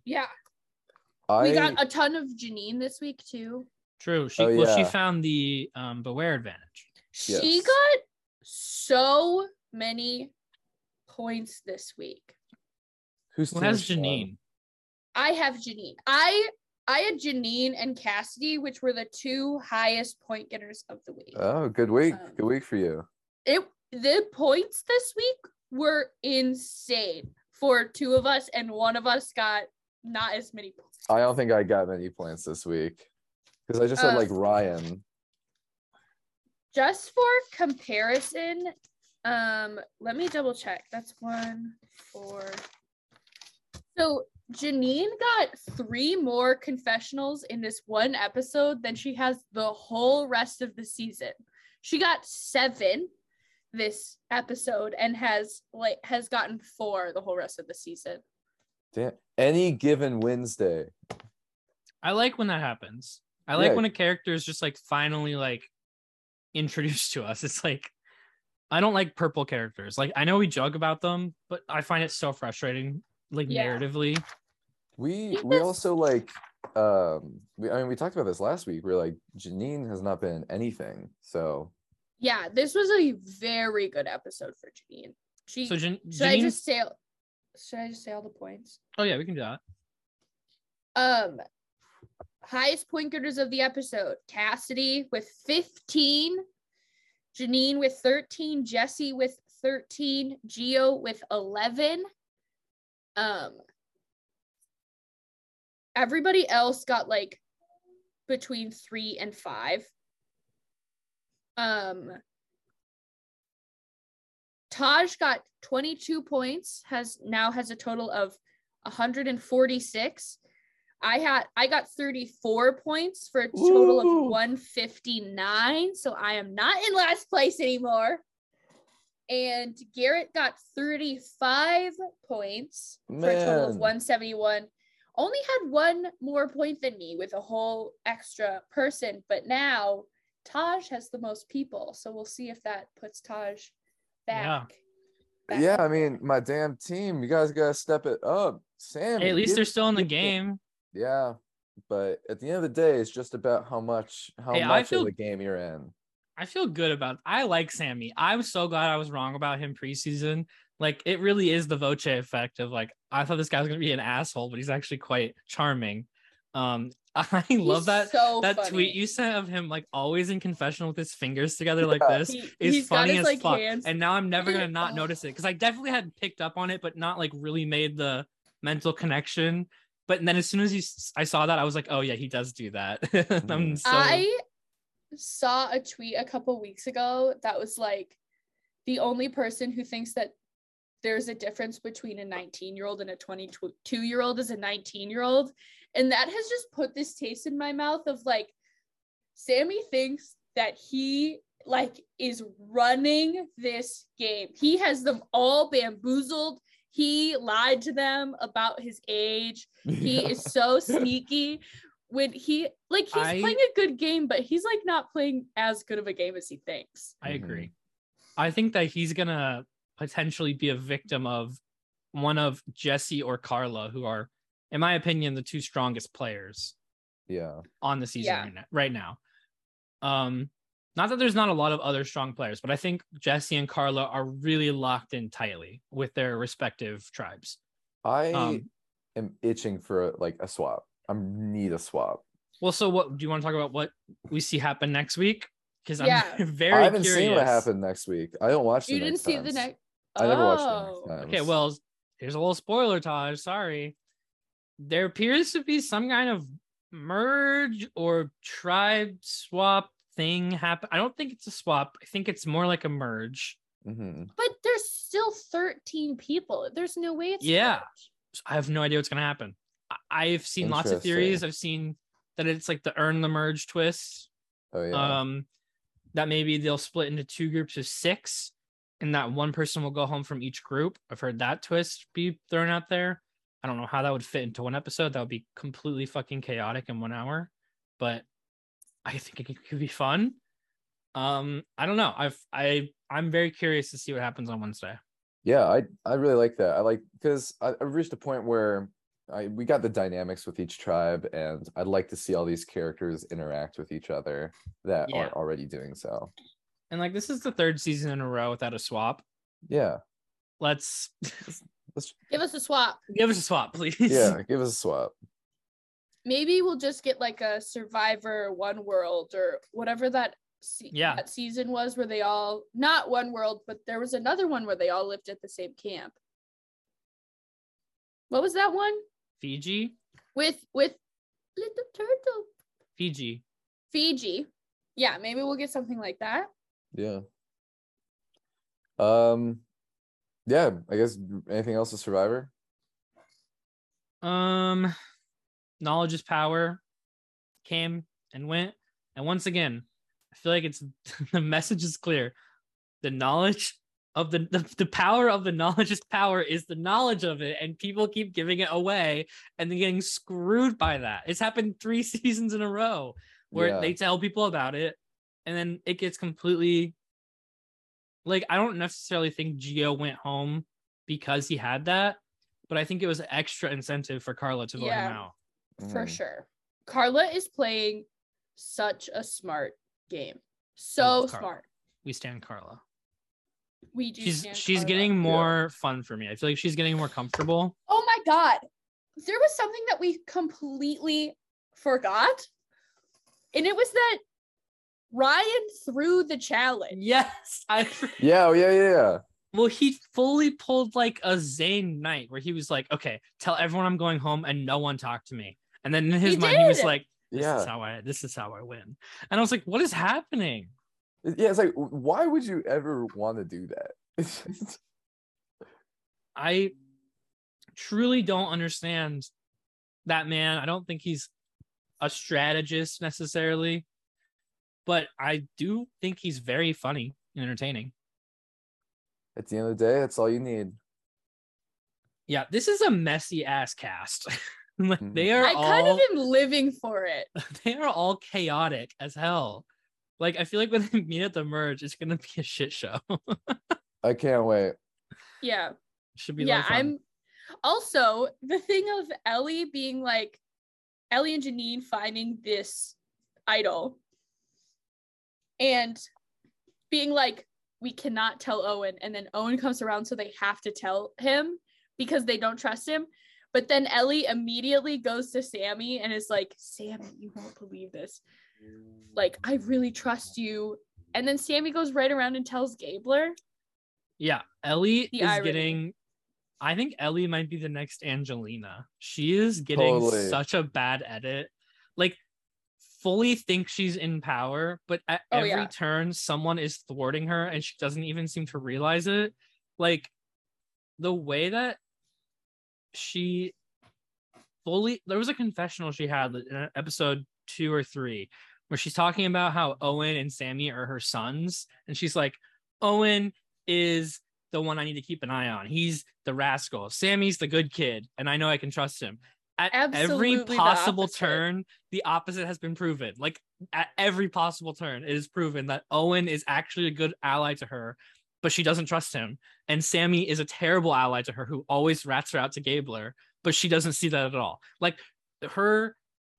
S4: yeah,
S3: I,
S4: Um, we got a ton of Janine this week too.
S2: True. She
S3: Oh,
S2: well, she
S3: yeah.
S2: found the um beware advantage.
S4: She
S3: Yes.
S4: got so many points this week.
S3: who's
S2: Who has
S3: team, uh,
S2: Janine?
S4: I have Janine. I I had Janine and Cassidy, which were the two highest point getters of the week.
S3: Oh, good week.
S4: Um,
S3: good week for you.
S4: it the points this week were insane for two of us, and one of us got not as many points.
S3: I don't think I got many points this week because I just said
S4: Uh,
S3: like Ryan.
S4: Just for comparison, um, let me double check. That's one, four. So Janine got three more confessionals in this one episode than she has the whole rest of the season. She got seven this episode and has like has gotten four the whole rest of the season.
S3: Damn. Any given Wednesday.
S2: I like when that happens. I like
S3: Yeah.
S2: when a character is just like finally like introduced to us. It's like I don't like purple characters. Like I know we joke about them, but I find it so frustrating, like
S4: Yeah.
S2: narratively.
S3: We
S4: Yes.
S3: we also like um we, I mean we talked about this last week. We're like Janine has not been in anything. So
S4: Yeah, this was a very good episode for Janine. She
S2: So Jan-
S4: should I
S2: Janine-
S4: just say should I just say all the points?
S2: oh yeah, we can do that.
S4: Um, highest point getters of the episode: Cassidy with fifteen, Janine with thirteen, Jesse with thirteen, Geo with eleven. Um, everybody else got like between three and five. Um, Taj got twenty-two points. Has now has a total of one hundred and forty-six. I had I got 34 points for a total
S3: Ooh.
S4: of 159. So I am not in last place anymore. And Garrett got 35 points for a total of
S3: Man.
S4: 171. Only had one more point than me with a whole extra person, but now Taj has the most people. So we'll see if that puts Taj
S2: Yeah.
S4: back. back
S3: yeah,
S4: up
S3: I
S4: there.
S3: mean my damn team, you guys gotta step it up. Sam.
S2: Hey, at least they're still in the game.
S3: Yeah. But at the end of the day, it's just about how much how
S2: Hey, I
S3: much
S2: feel-
S3: of the game you're in.
S2: I feel good about I like Sammy. I'm so glad I was wrong about him preseason. Like it really is the Voce effect of like I thought this guy was gonna be an asshole, but he's actually quite charming. Um [laughs] I love
S4: He's
S2: that
S4: so
S2: that
S4: funny.
S2: tweet you sent of him like always in confessional with his fingers together like
S3: Yeah.
S2: this
S4: He-
S2: is
S4: he's got
S2: funny
S4: his,
S2: as
S4: like,
S2: fuck.
S4: hands-
S2: And now I'm never gonna
S4: [laughs]
S2: not
S4: Oh.
S2: notice it because I definitely had picked up on it, but not like really made the mental connection. But then as soon as you s- I saw that, I was like, oh yeah, he does do that. [laughs] I'm
S3: Mhm.
S2: so
S4: I saw a tweet a couple weeks ago that was like the only person who thinks that there's a difference between a 19 year old and a 22 year old is a 19 year old. And that has just put this taste in my mouth of like, Sammy thinks that he like is running this game. He has them all bamboozled. He lied to them about his age he is so sneaky when he like he's
S2: I-
S4: playing a good game but he's like not playing as good of a game as he thinks
S2: I
S3: Mhm.
S2: agree. I think that he's gonna potentially be a victim of one of Jesse or Carla, who are, in my opinion, the two strongest players
S3: [laughs] yeah.
S2: on the season
S4: Yeah.
S2: right, now, right now. Um, not that there's not a lot of other strong players, but I think Jesse and Carla are really locked in tightly with their respective tribes.
S3: I
S2: Um,
S3: am itching for like a swap. I need a swap.
S2: Well, so what do you want to talk about? What we see happen next week? Because I'm
S4: Yeah.
S2: [laughs] very
S3: I haven't
S2: curious.
S3: seen what happened next week. I don't watch. The
S4: you didn't
S3: next
S4: see the
S3: times.
S4: next.
S3: I never watched the
S4: Oh.
S3: next times.
S2: Okay, well, here's a little spoiler, Taj. Sorry. There appears to be some kind of merge or tribe swap thing happen. I don't think it's a swap. I think it's more like a merge.
S3: hmm
S4: But there's still 13 people. There's no way it's
S2: Yeah. I have no idea what's gonna happen. I- I've seen lots of theories.
S3: Interesting.
S2: I've seen that it's like the earn the merge twist.
S3: Oh yeah.
S2: Um, that maybe they'll split into two groups of six, and that one person will go home from each group. I've heard that twist be thrown out there. I don't know how that would fit into one episode. That would be completely fucking chaotic in one hour, but I think it could- could be fun. Um, I don't know. I've I I'm very curious to see what happens on Wednesday.
S3: yeah, I I really like that. I like because I, I reached a point where I we got the dynamics with each tribe, and I'd like to see all these characters interact with each other that
S2: Yeah.
S3: aren't already doing so.
S2: And like this is the third season in a row without a swap. [laughs]
S3: Yeah,
S2: Let's [laughs]
S4: Give us a swap.
S2: give us a swap, please.
S3: yeah. give us a swap.
S4: Maybe we'll just get like a Survivor One World or whatever that, se-
S2: Yeah.
S4: that season was where they all, not One World, but there was another one where they all lived at the same camp. What was that one?
S2: Fiji,
S4: With, with Little Turtle
S2: Fiji.
S4: Fiji. Yeah, maybe we'll get something like that.
S3: Yeah. Um. Yeah, I guess anything else with Survivor?
S2: Um, knowledge is power came and went. And once again, I feel like it's [laughs] the message is clear. The knowledge of the, the the power of the knowledge is power is the knowledge of it, and people keep giving it away and then getting screwed by that. It's happened three [laughs] seasons in a row where
S3: Yeah.
S2: they tell people about it and then it gets completely like I don't necessarily think Gio went home because he had that, but I think it was an extra incentive for Carla to vote him
S4: Yeah.
S2: out.
S4: for
S2: Mm.
S3: Mhm.
S4: sure. Carla is playing such a smart game. So
S2: love Carla.
S4: smart.
S2: We stand Carla.
S4: We do.
S2: she's
S4: stand
S2: she's
S4: Carla.
S2: getting more fun for me. I feel like she's getting more
S4: [laughs]
S2: comfortable.
S4: Oh my god, there was something that we completely forgot, and it was that Ryan threw the challenge.
S2: Yes, I
S3: Yeah, oh, yeah, yeah, yeah.
S2: well he fully pulled like a Zane night where he was like, okay, tell everyone I'm going home and no one talk to me. And then in his
S4: He
S2: mind he was
S4: did.
S2: like, this
S3: Yeah.
S2: is how I this is how I win. And I was like, what is happening?
S3: It- Yeah, it's like, w- why would you ever want to do that? [laughs] It's just-
S2: I truly don't understand that man. I don't think he's a strategist necessarily, but I do think he's very funny and entertaining.
S3: At the end of the day, that's all you need.
S2: Yeah, this is a messy ass cast. [laughs] Like, they are
S4: I kind
S2: all
S4: of am living for it.
S2: [laughs] they are all chaotic as hell. Like I feel like when they meet at the merge, it's gonna be a shit show. [laughs]
S3: I can't wait.
S4: Yeah.
S2: Should be
S4: yeah,
S2: like fun.
S4: I'm also the thing of Ellie being like Ellie and Janine finding this idol and being like, we cannot tell Owen. And then Owen comes around, so they have to tell him because they don't trust him. But then Ellie immediately goes to Sammy and is like, Sammy, you won't believe this. Like, I really trust you. And then Sammy goes right around and tells Gabler.
S2: Yeah, Ellie
S4: The
S2: is
S4: irony.
S2: getting. I think Ellie might be the next Angelina. She is getting
S3: Totally.
S2: such a bad edit. Like, fully think she's in power, but at
S4: Oh,
S2: every
S4: yeah.
S2: turn, someone is thwarting her and she doesn't even seem to realize it. Like, the way that she fully. There was a confessional she had in episode two or three where she's talking about how Owen and Sammy are her sons. And she's like, Owen is the one I need to keep an eye on. He's the rascal. Sammy's the good kid, and I know I can trust him. At
S4: Absolutely the
S2: every possible
S4: opposite.
S2: turn, the opposite has been proven. Like at every possible turn, it is proven that Owen is actually a good ally to her, but she doesn't trust him. And Sammy is a terrible ally to her who always rats her out to Gabler, but she doesn't see that at all. Like her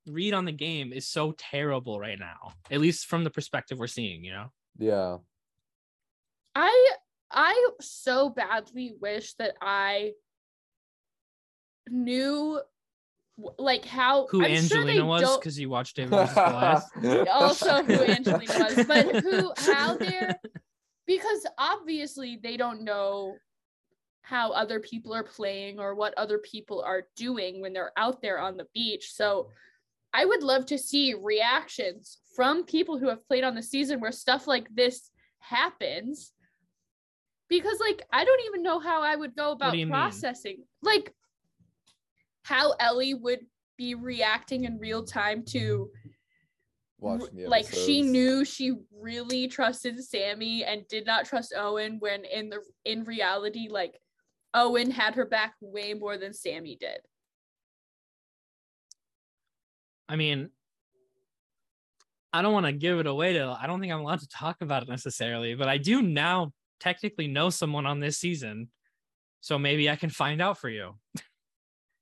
S2: read on the game is so terrible right now, at least from the perspective we're seeing, you know?
S3: Yeah.
S4: I I so badly wish that I knew w- like how
S2: Who
S4: I'm sure
S2: Angelina
S4: they
S2: was
S4: don't-
S2: because you watched David versus
S4: [laughs]
S2: Goliath. [laughs]
S4: also who
S3: [laughs]
S4: Angelina was, but who how they're because obviously they don't know how other people are playing or what other people are doing when they're out there on the beach. So I would love to see reactions from people who have played on the season where stuff like this happens. Because like I don't even know how I would go about
S2: do you mean?
S4: processing. Like how Ellie would be reacting in real time to
S3: Watching
S4: r-
S3: the
S4: like she
S3: episodes.
S4: knew she really trusted Sammy and did not trust Owen when in the in reality like Owen had her back way more than Sammy did.
S2: I mean, I don't want to give it away to. I don't think I'm allowed to talk about it necessarily, but I do now technically know someone on this season, so maybe I can find out for you.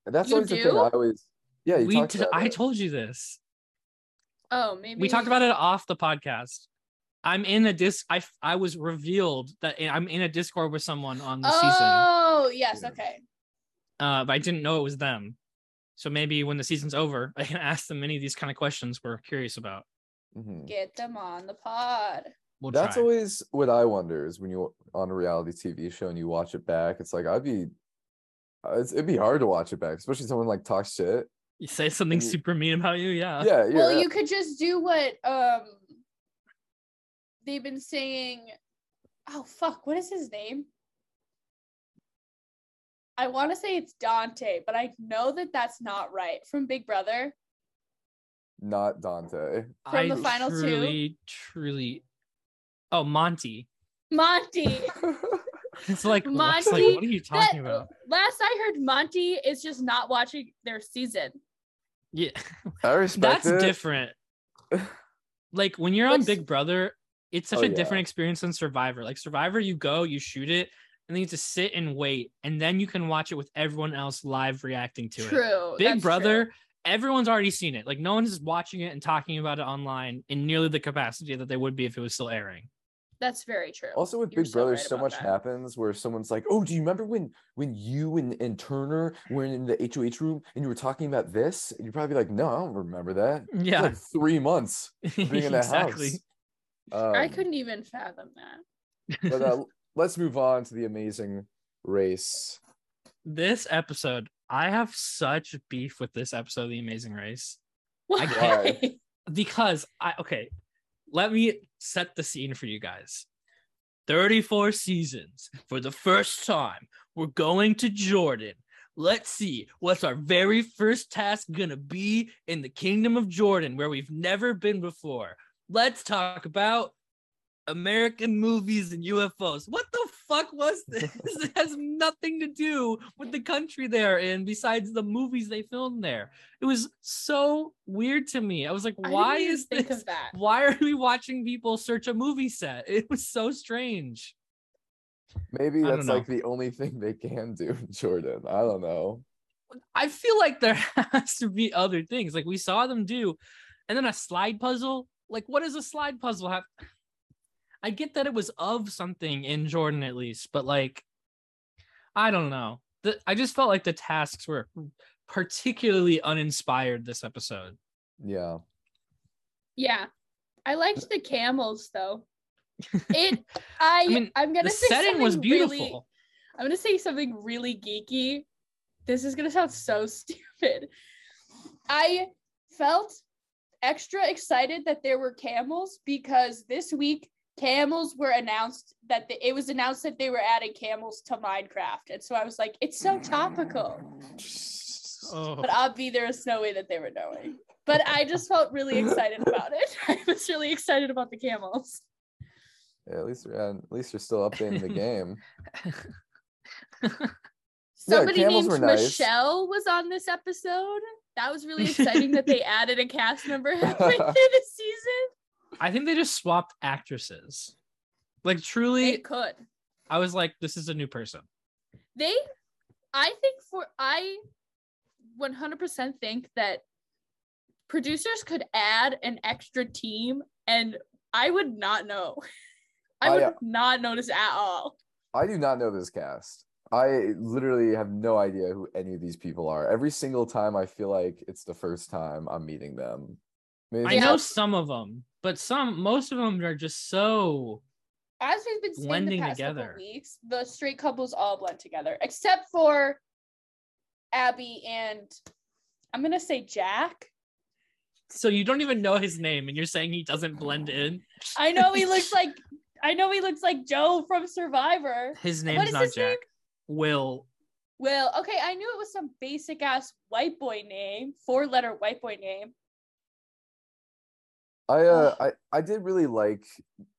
S3: And that's
S4: You
S3: always the thing
S4: do?
S3: I always yeah, you
S2: we
S3: talked
S2: t-
S3: about
S2: I
S3: it.
S2: told you this.
S4: Oh, maybe
S2: We talked about it off the podcast. I'm in a disc. I f- I was revealed that I'm in a Discord with someone on the season.
S4: Oh, yes,
S3: Yeah.
S4: okay.
S2: uh, but I didn't know it was them. So maybe when the season's over, [laughs] I can ask them many of these kind of questions we're curious about.
S3: Mhm.
S4: Get them on the pod.
S2: We'll
S3: That's
S2: try.
S3: always what I wonder is when you on a reality TV show and you watch it back, it's like I'd be uh, it's, it'd be hard to watch it back, especially someone like talks shit.
S2: you say something
S3: you-
S2: super mean about you, yeah.
S3: yeah, yeah.
S4: well, you could just do what um they've been saying. Oh fuck, what is his name? I want to say it's Dante, but I know that that's not right from Big Brother.
S3: Not Dante. [laughs]
S4: from the final two.
S2: truly, Truly, oh Monty. [laughs]
S4: Monty.
S2: It's like Monty. Like,
S4: Monty,
S2: what are you
S4: That-
S2: talking about?
S4: Last I heard, Monty is just not watching their season.
S2: [laughs] Yeah,
S3: I respect
S2: that's
S3: it.
S2: different.
S3: [laughs]
S2: Like when you're on
S4: What's-
S2: Big Brother, it's such
S3: Oh,
S2: a
S3: yeah.
S2: different experience than Survivor. Like Survivor, you go, you shoot it, and then you have to sit and wait, and then you can watch it with everyone else live reacting to it.
S4: True.
S2: Big
S4: that's
S2: Brother,
S4: true.
S2: everyone's already seen it. Like no one's watching it and talking about it online in nearly the capacity that they would be if it was still airing.
S4: That's very true.
S3: Also with
S4: You're
S3: Big
S4: so
S3: Brother,
S4: right
S3: so
S4: about
S3: much
S4: that.
S3: happens where someone's like, "Oh, do you remember when when you and, and Turner were in the HOH room and you were talking about this?" And you're probably like, "No, I don't remember that." It's
S2: Yeah,
S3: like three
S4: [laughs]
S3: months
S2: [laughs]
S3: of being in the
S2: exactly.
S3: house. Um,
S4: I couldn't even fathom
S2: [laughs]
S4: that.
S3: But uh,
S4: [laughs]
S3: let's move on to the Amazing Race.
S2: This episode, I have such beef with this episode of The Amazing Race
S4: Why?
S3: can't-
S2: because I okay, let me set the scene for you guys. 34 seasons for the first time. We're going to Jordan. Let's see what's our very first task gonna be in the kingdom of Jordan, where we've never been before. Let's talk about American movies and UFOs. What the fuck
S4: [laughs]
S2: was this? it has nothing to do with the country they're in, besides the movies they filmed there. It was so weird to me. I was like,
S4: I didn't
S2: why
S4: even
S2: is
S4: think
S2: this?
S4: of that?
S2: Why are we watching people search a movie set? It was so strange.
S3: Maybe
S2: I don't
S3: that's like the only [laughs] thing they can do in Jordan. I don't know.
S2: I feel like there [laughs] has to be other things. Like we saw them do, and then a slide puzzle. Like, what does a slide puzzle have? I get that it was of something in Jordan at least, but like, I don't know. The, I just felt like the tasks were particularly uninspired this episode.
S3: Yeah.
S4: Yeah. I liked the camels
S2: [laughs]
S4: though. It I,
S2: I mean,
S4: I'm gonna
S2: The
S4: say
S2: setting was
S4: something really-
S2: beautiful.
S4: I'm gonna say something really geeky. This is gonna sound so [laughs] stupid. I felt extra excited that there were camels because this week camels were announced that the, it was announced that they were adding camels to Minecraft, and so I was like, it's so topical.
S2: Oh.
S4: But obvi, there is no way that they were knowing. But I just felt really excited about it. [laughs] I was really excited about the camels.
S3: Yeah, at least you're at least you're still
S4: [laughs]
S3: updating the game. Yeah,
S4: Somebody
S3: camels
S4: named
S3: were nice.
S4: Michelle was on this episode. That was
S3: [laughs]
S4: really exciting that they added a cast member [laughs] halfway through the season.
S2: I think they just swapped actresses. Like truly,
S4: They could.
S2: I was like, this is a new person.
S4: They I think for I 100% think that producers could add an extra team and I would not know. [laughs] I
S3: I,
S4: would
S3: uh,
S4: not notice at all.
S3: I do not know this cast. I literally have no idea who any of these people are. Every single time, I feel like it's the first time I'm meeting them. Maybe
S2: I
S3: it's
S4: Yeah.
S2: know some of them, but some most of them are just so
S4: As we've been saying
S2: Blending
S4: the past couple
S2: together.
S4: weeks, the straight couples all blend together, except for Abby and I'm gonna say Jack.
S2: so you don't even know his name and you're saying he doesn't blend in.
S4: I know
S2: [laughs]
S4: he looks like I know he looks like Joe from Survivor.
S2: His
S4: what
S2: name's
S4: is
S2: not
S4: his
S2: Jack.
S4: name?
S2: Will.
S4: Well, okay, I knew it was some basic ass white boy name, four letter white boy name.
S3: I uh I, I did really like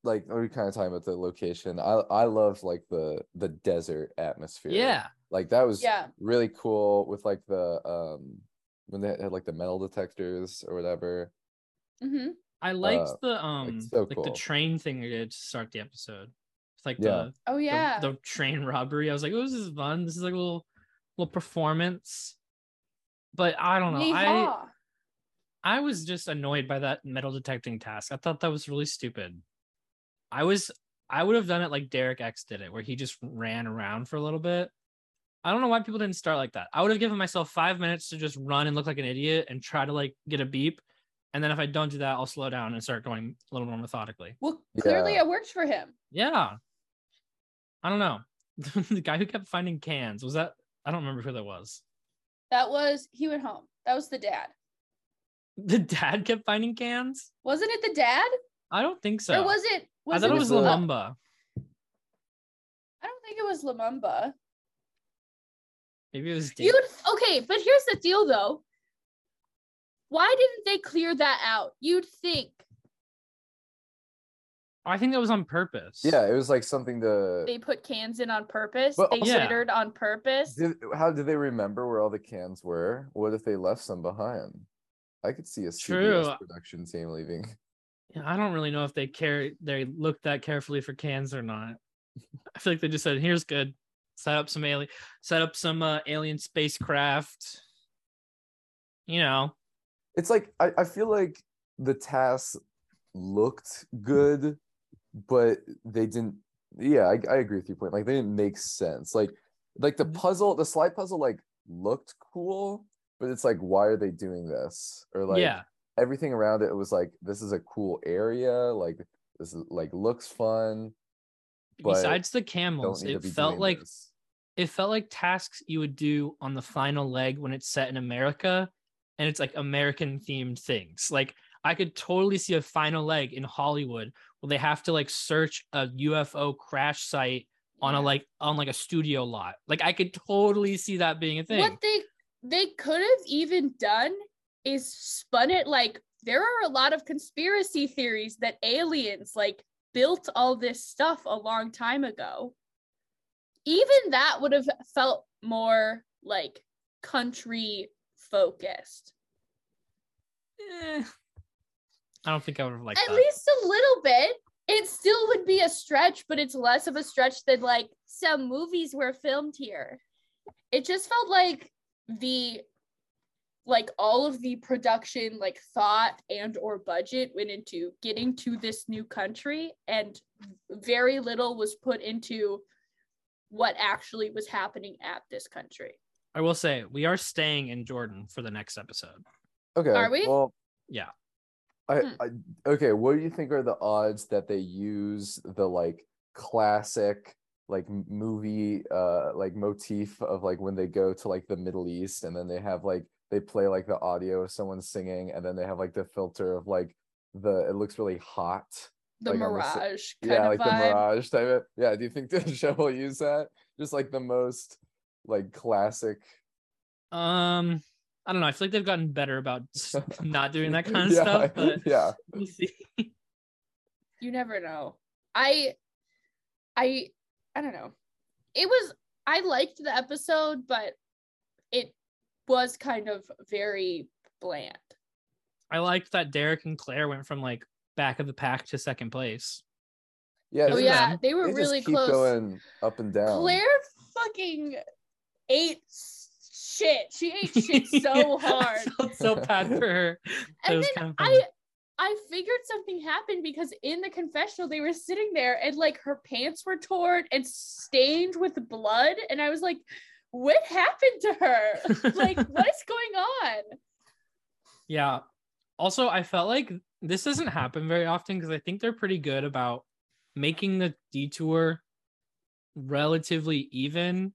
S3: like we were kind of talking about the location. I I loved like the the desert atmosphere.
S2: Yeah.
S3: Like that was
S4: Yeah.
S3: really cool with like the um when they had like the metal detectors or whatever.
S4: hmm
S2: I liked
S3: Uh,
S2: the um
S3: so
S2: like the
S3: cool.
S2: train thing they did to start the episode. It's like
S3: Yeah.
S4: Oh
S2: the,
S4: yeah.
S2: the the train robbery. I was like, oh, this is fun. This is like a little little performance. But I don't know. I
S4: Yeehaw.
S2: I was just annoyed by that metal detecting task. I thought that was really stupid. I was I would have done it like Derek X did it, where he just ran around for a little bit. I don't know why people didn't start like that. I would have given myself five minutes to just run and look like an idiot and try to like get a beep. And then if I don't do that, I'll slow down and start going a little more methodically.
S4: Well, clearly
S3: Yeah.
S4: it worked for him.
S2: Yeah. I don't know. [laughs] the guy who kept finding cans was that I don't remember who that was.
S4: That was he went home. That was the dad.
S2: The dad kept finding cans?
S4: Wasn't it the dad?
S2: I don't think so.
S4: Or was it was
S2: I thought it was
S3: the-
S2: Lumumba.
S4: I don't think it was Lumumba.
S2: Maybe it was Dave.
S4: You okay, but here's the deal though. Why didn't they clear that out? You'd think
S2: I think that was on purpose.
S3: Yeah, it was like something to
S4: they put cans in on purpose.
S3: But
S4: they
S2: also-
S4: glittered on purpose.
S3: did, how did they remember where all the cans were? What if they left some behind? I could see a
S2: True.
S3: CBS production team leaving.
S2: Yeah, I don't really know if they care they looked that carefully for cans or not. I feel like they just said, "Here's good. Set up some alien set up some uh, alien spacecraft." You know.
S3: It's like I, I feel like the tasks looked good, but they didn't. Yeah, I, I agree with your point. Like they didn't make sense. Like like the
S2: Mhm.
S3: puzzle, the slide puzzle, like looked cool, but it's like why are they doing this? Or like
S2: yeah.
S3: everything around it was like this is a cool area. Like this is like looks fun. but
S2: Besides the
S3: Don't
S2: camels,
S3: need to
S2: it
S3: be
S2: felt
S3: doing
S2: like
S3: this.
S2: it felt like tasks you would do on the final leg when it's set in America and it's like American themed things. Like I could totally see a final leg in Hollywood where they have to like search a UFO crash site on a
S4: Yeah.
S2: like on like a studio lot. Like I could totally see that being a thing.
S4: What they they could have even done is spun it like there are a lot of conspiracy theories that aliens like built all this stuff a long time ago. Even that would have felt more like country focused.
S2: Eh, I don't think I would have liked
S4: At
S2: that.
S4: least a little bit. It still would be a stretch, but it's less of a stretch than like some movies were filmed here. It just felt like the like all of the production like thought and or budget went into getting to this new country and very little was put into what actually was happening at this country.
S2: I will say we are staying in Jordan for the next episode.
S3: Okay.
S4: Are we?
S3: Well,
S2: Yeah.
S3: I,
S4: Hmm.
S3: I okay. What do you think are the odds that they use the like classic like m- movie uh like motif of like when they go to like the Middle East and then they have like they play like the audio of someone singing and then they have like the filter of like the it looks really hot.
S4: The
S3: Like, I'm gonna say-
S4: mirage kind
S3: yeah,
S4: of
S3: like the
S4: vibe.
S3: mirage type of yeah. Do you think [laughs] the show will use that? Just like the most like classic
S2: Um I don't know. I feel like they've gotten better
S4: [laughs]
S2: about s- not doing that kind of stuff, but
S3: yeah.
S2: we'll see.
S4: you never know i i i don't know it was i liked the episode but it was kind of very bland
S2: I liked that Derek and Claire went from like back of the pack to second place.
S3: Yeah.
S2: Good
S4: oh
S2: for
S3: they
S4: yeah
S2: them.
S4: they were
S3: they just
S4: really
S3: keep
S4: close
S3: going up and down.
S4: claire fucking ate s- shit she ate shit
S2: [laughs]
S4: so
S2: I
S3: [laughs]
S4: hard
S2: felt so bad for her. That
S4: and
S2: was kind
S4: then
S2: of
S4: i I figured something happened because in the confessional they were sitting there and like her pants were torn and stained with blood and I was like what happened to her? like what is going on?
S2: Yeah. Also, I felt like this doesn't happen very often because I think they're pretty good about making the detour relatively even.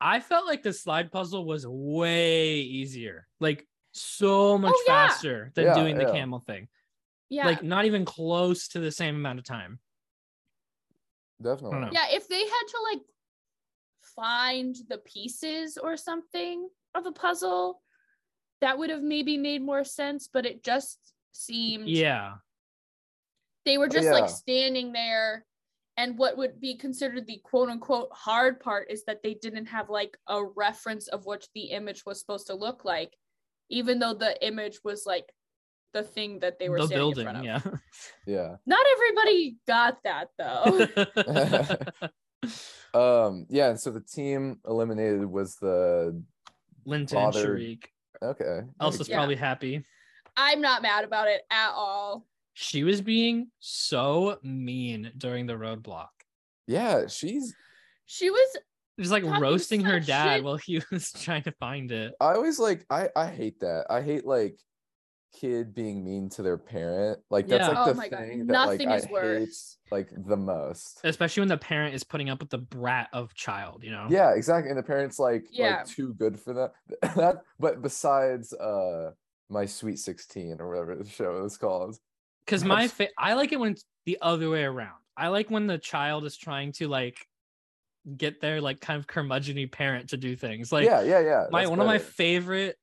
S2: I felt like the slide puzzle was way easier, like so much
S4: Oh, yeah.
S2: faster than
S3: Yeah,
S2: doing the
S3: yeah.
S2: camel thing.
S4: Yeah.
S2: Like, not even close to the same amount of time.
S3: Definitely.
S2: know.
S4: yeah, if they had to like find the pieces or something of a puzzle, that would have maybe made more sense, but it just seemed
S2: Yeah.
S4: they were just
S3: yeah.
S4: like standing there and what would be considered the quote unquote hard part is that they didn't have like a reference of what the image was supposed to look like even though the image was like the thing that they were
S2: the
S4: standing
S2: building.
S4: in front of.
S2: Yeah. [laughs]
S3: Yeah.
S4: not everybody got that though Oh.
S3: [laughs] Um. Yeah. And so the team eliminated was the
S2: [laughs] Linton
S3: Bothered.
S2: and Sharik.
S3: okay.
S2: Elsa's
S4: Yeah.
S2: probably happy.
S4: i'm not mad about it at all
S2: She was being so mean during the roadblock.
S3: Yeah. She's.
S4: she was
S2: Just like
S4: Talking
S2: roasting her
S4: such
S2: dad
S4: shit.
S2: while he [laughs] was trying to find it.
S3: I always like. I. I hate that. I hate like kid being mean to their parent. Like that's
S2: Yeah.
S3: like
S4: oh
S3: the
S4: my god
S3: thing that
S4: nothing
S3: like
S4: is
S3: I hate
S4: worse
S3: like the most.
S2: Especially when the parent is putting up with the brat of child, you know?
S3: Yeah, exactly. And the parents like
S4: Yeah.
S3: like too good for that. [laughs] that but besides uh my sweet 16 or whatever the show is called.
S2: Because my fa- I like it when it's the other way around. I like when the child is trying to like get their like kind of curmudgeony parent to do things. Like
S3: yeah, yeah, yeah.
S2: my
S3: that's
S2: one of my
S3: better.
S2: favorite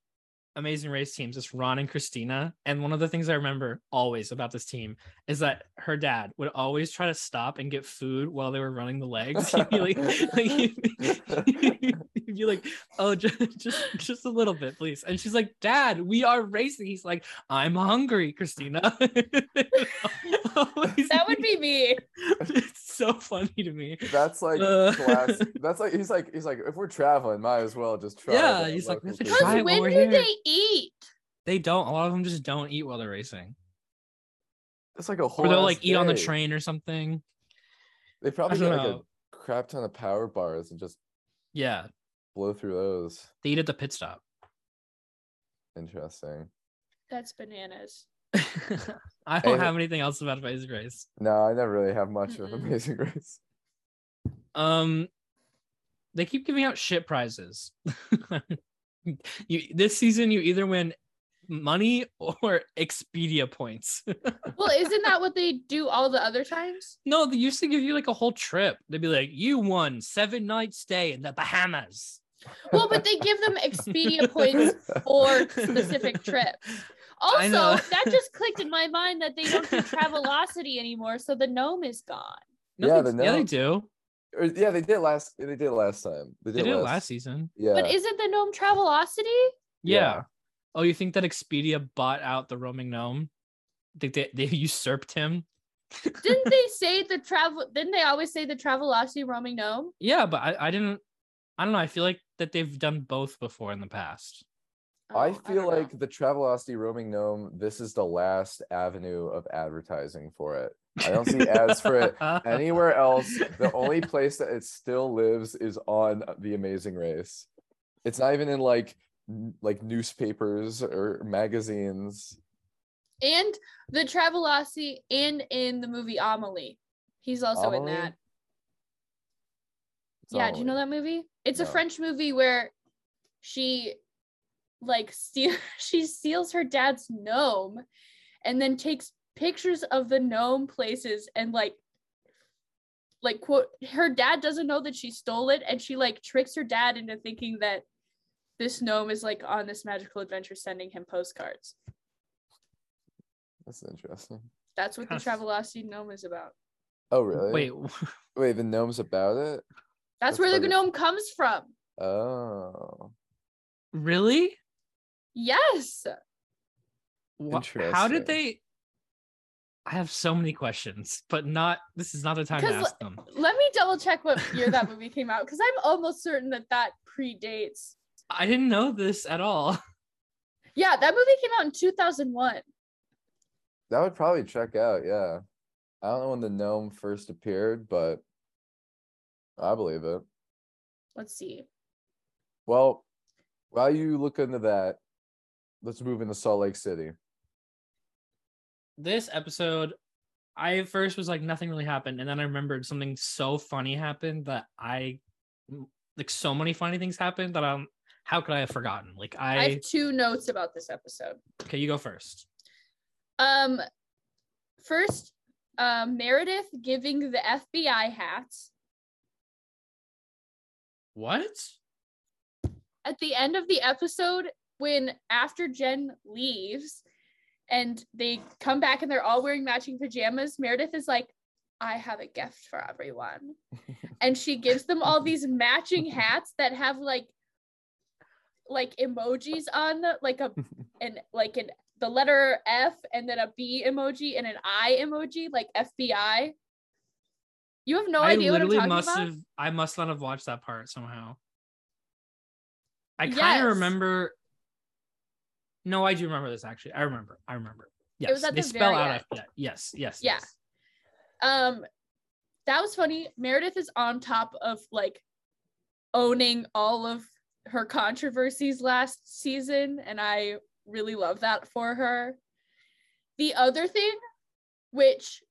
S2: amazing race teams is Ron and Christina. And one of the things I remember always about this team is that her dad would always try to stop and get food while they were running the legs. [laughs] He'd be like, like, he'd, he'd be like, oh, just, just just a little bit, please. And she's like, Dad, we are racing. He's like, I'm hungry, Christina. [laughs] Always-
S4: that would be me
S2: [laughs] it's so funny to me.
S3: that's like
S2: Uh, [laughs]
S3: classic. That's like he's like he's like if we're traveling, might as well just try.
S2: Yeah,
S3: the
S2: he's like,
S3: local
S2: "Let's
S3: food."
S2: Try it
S4: because
S2: while
S4: when
S2: we're
S4: do
S2: here.
S4: they eat
S2: They don't. A lot of them just don't eat while they're racing.
S3: It's like a whole
S2: Or they'll
S3: ass
S2: like eat on the
S3: day.
S2: train or something.
S3: They probably
S2: I
S3: get
S2: don't
S3: like
S2: know.
S3: a crap ton of power bars and just
S2: Yeah.
S3: blow through those.
S2: They eat at the pit stop. [laughs]
S3: Interesting.
S4: that's bananas
S2: I don't
S3: And-
S2: have anything else about Amazing Race.
S3: No, I never really have much of
S4: Mm-mm.
S3: Amazing [laughs] Grace.
S2: Um, they keep giving out shit prizes. [laughs] you this season, you either win money or Expedia points. [laughs]
S4: well isn't that what they do all the other times
S2: no, they used to give you like a whole trip. They'd be like, "You won seven night stay in the Bahamas."
S4: Well, but they give them Expedia points for specific trips. Also,
S2: know.
S4: that just clicked in my mind that they don't do Travelocity anymore, so the gnome is gone.
S2: No,
S3: Yeah,
S2: they,
S3: the
S2: yeah, they
S3: no-
S2: do.
S3: Or, yeah, they did last. They did last time. They
S2: They
S3: did,
S2: did it last season.
S3: Yeah.
S4: But isn't the gnome Travelocity?
S2: Yeah.
S3: Yeah.
S2: Oh, you think that Expedia bought out the roaming gnome? Think they [laughs] they usurped him?
S4: Didn't they say the travel? Didn't they always say the Travelocity roaming gnome?
S2: Yeah, but I, I didn't. I don't know. I feel like that they've done both before in the past.
S4: Oh,
S3: I
S4: don't
S3: feel
S4: know.
S3: like the Travelocity roaming gnome. This is the last avenue of advertising for it. I don't see ads for
S2: [laughs]
S3: it Anywhere else, the only place that it still lives is on the Amazing Race. It's not even in like n- like newspapers or magazines.
S4: and the Travelocity, and in the movie Amelie, he's also
S3: Amelie?
S4: in that.
S3: It's
S4: yeah,
S3: not
S4: do you know
S3: like-
S4: that movie? It's a
S3: No.
S4: French movie where she like steal [laughs] she steals her dad's gnome and then takes pictures of the gnome places and like like quote her dad doesn't know that she stole it and she like tricks her dad into thinking that this gnome is like on this magical adventure sending him postcards.
S3: That's interesting.
S4: That's what the
S2: Yes.
S4: Travelocity gnome is about.
S3: Oh really?
S2: Wait,
S3: wait. The gnome's about it.
S4: That's,
S3: That's
S4: where the
S3: brilliant.
S4: gnome comes from.
S3: Oh,
S2: really?
S4: Yes.
S2: Wha- How
S3: Interesting.
S2: did they? I have so many questions, but not. This is not the time to
S4: 'Cause,
S2: ask them.
S4: Let me double check what year that movie came out because I'm almost certain that that predates.
S2: I didn't know this at all. [laughs]
S4: Yeah, that movie came out in 2001.
S3: That would probably check out, yeah. I don't know when the gnome first appeared, but I believe it.
S4: Let's see.
S3: Well, while you look into that, let's move into Salt Lake City.
S2: This episode, I at first was like, nothing really happened. And then I remembered something so funny happened that I, like, so many funny things happened that I'm, how could I have forgotten? Like,
S4: I
S2: I,
S4: have two notes about this episode.
S2: okay, you go first.
S4: Um, first, um, Meredith giving the FBI hat
S2: What?
S4: at the end of the episode when after Jen leaves and they come back and they're all wearing matching pajamas. Meredith is like, "I have a gift for
S2: [laughs]
S4: everyone," and she gives them all these matching hats that have like like emojis on the
S2: [laughs]
S4: like a and like an the letter F and then a B emoji and an I emoji, like FBI. You have no
S2: I
S4: idea what I'm
S2: literally
S4: talking
S2: must
S4: about.
S2: have, I must not have watched that part somehow. I kind of
S4: Yes.
S2: remember. No, I do remember this actually. I remember. I remember. Yes,
S4: was at
S2: they
S4: the
S2: spell
S4: very
S2: out.
S4: end.
S2: FBI. Yes, yes,
S4: Yeah.
S2: yes.
S4: um that was funny meredith is on top of like owning all of her controversies last season and i really love that for her the other thing which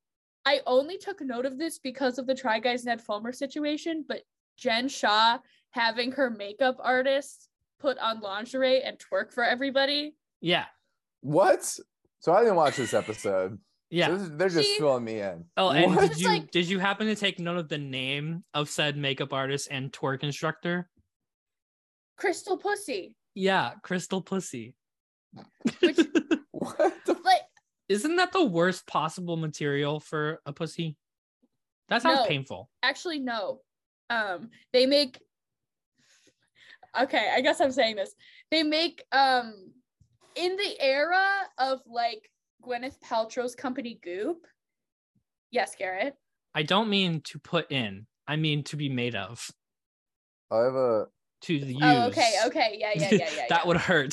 S4: i only took note of this because of the try guys ned fulmer situation but jen shaw having her makeup artist put on lingerie and twerk for everybody
S2: Yeah,
S3: What? So I didn't watch this episode.
S2: yeah.
S3: So this- they're just
S4: She-
S3: filling me in.
S2: Oh, and
S3: What?
S2: did
S4: It's
S2: you
S4: like-
S2: did you happen to take note of the name of said makeup artist and twerk instructor?
S4: crystal pussy
S2: Yeah, Crystal Pussy.
S4: which
S3: [laughs] What the f-
S4: like
S2: [laughs] Isn't that the worst possible material for a pussy? That sounds
S4: No.
S2: painful.
S4: actually no um they make okay i guess i'm saying this they make um in the era of like gwyneth paltrow's company goop yes garrett
S2: I don't mean to put in. I mean to be made of.
S3: I have a
S2: To use.
S4: oh okay okay yeah yeah yeah
S2: [laughs]
S4: yeah
S2: that
S4: yeah.
S2: would hurt.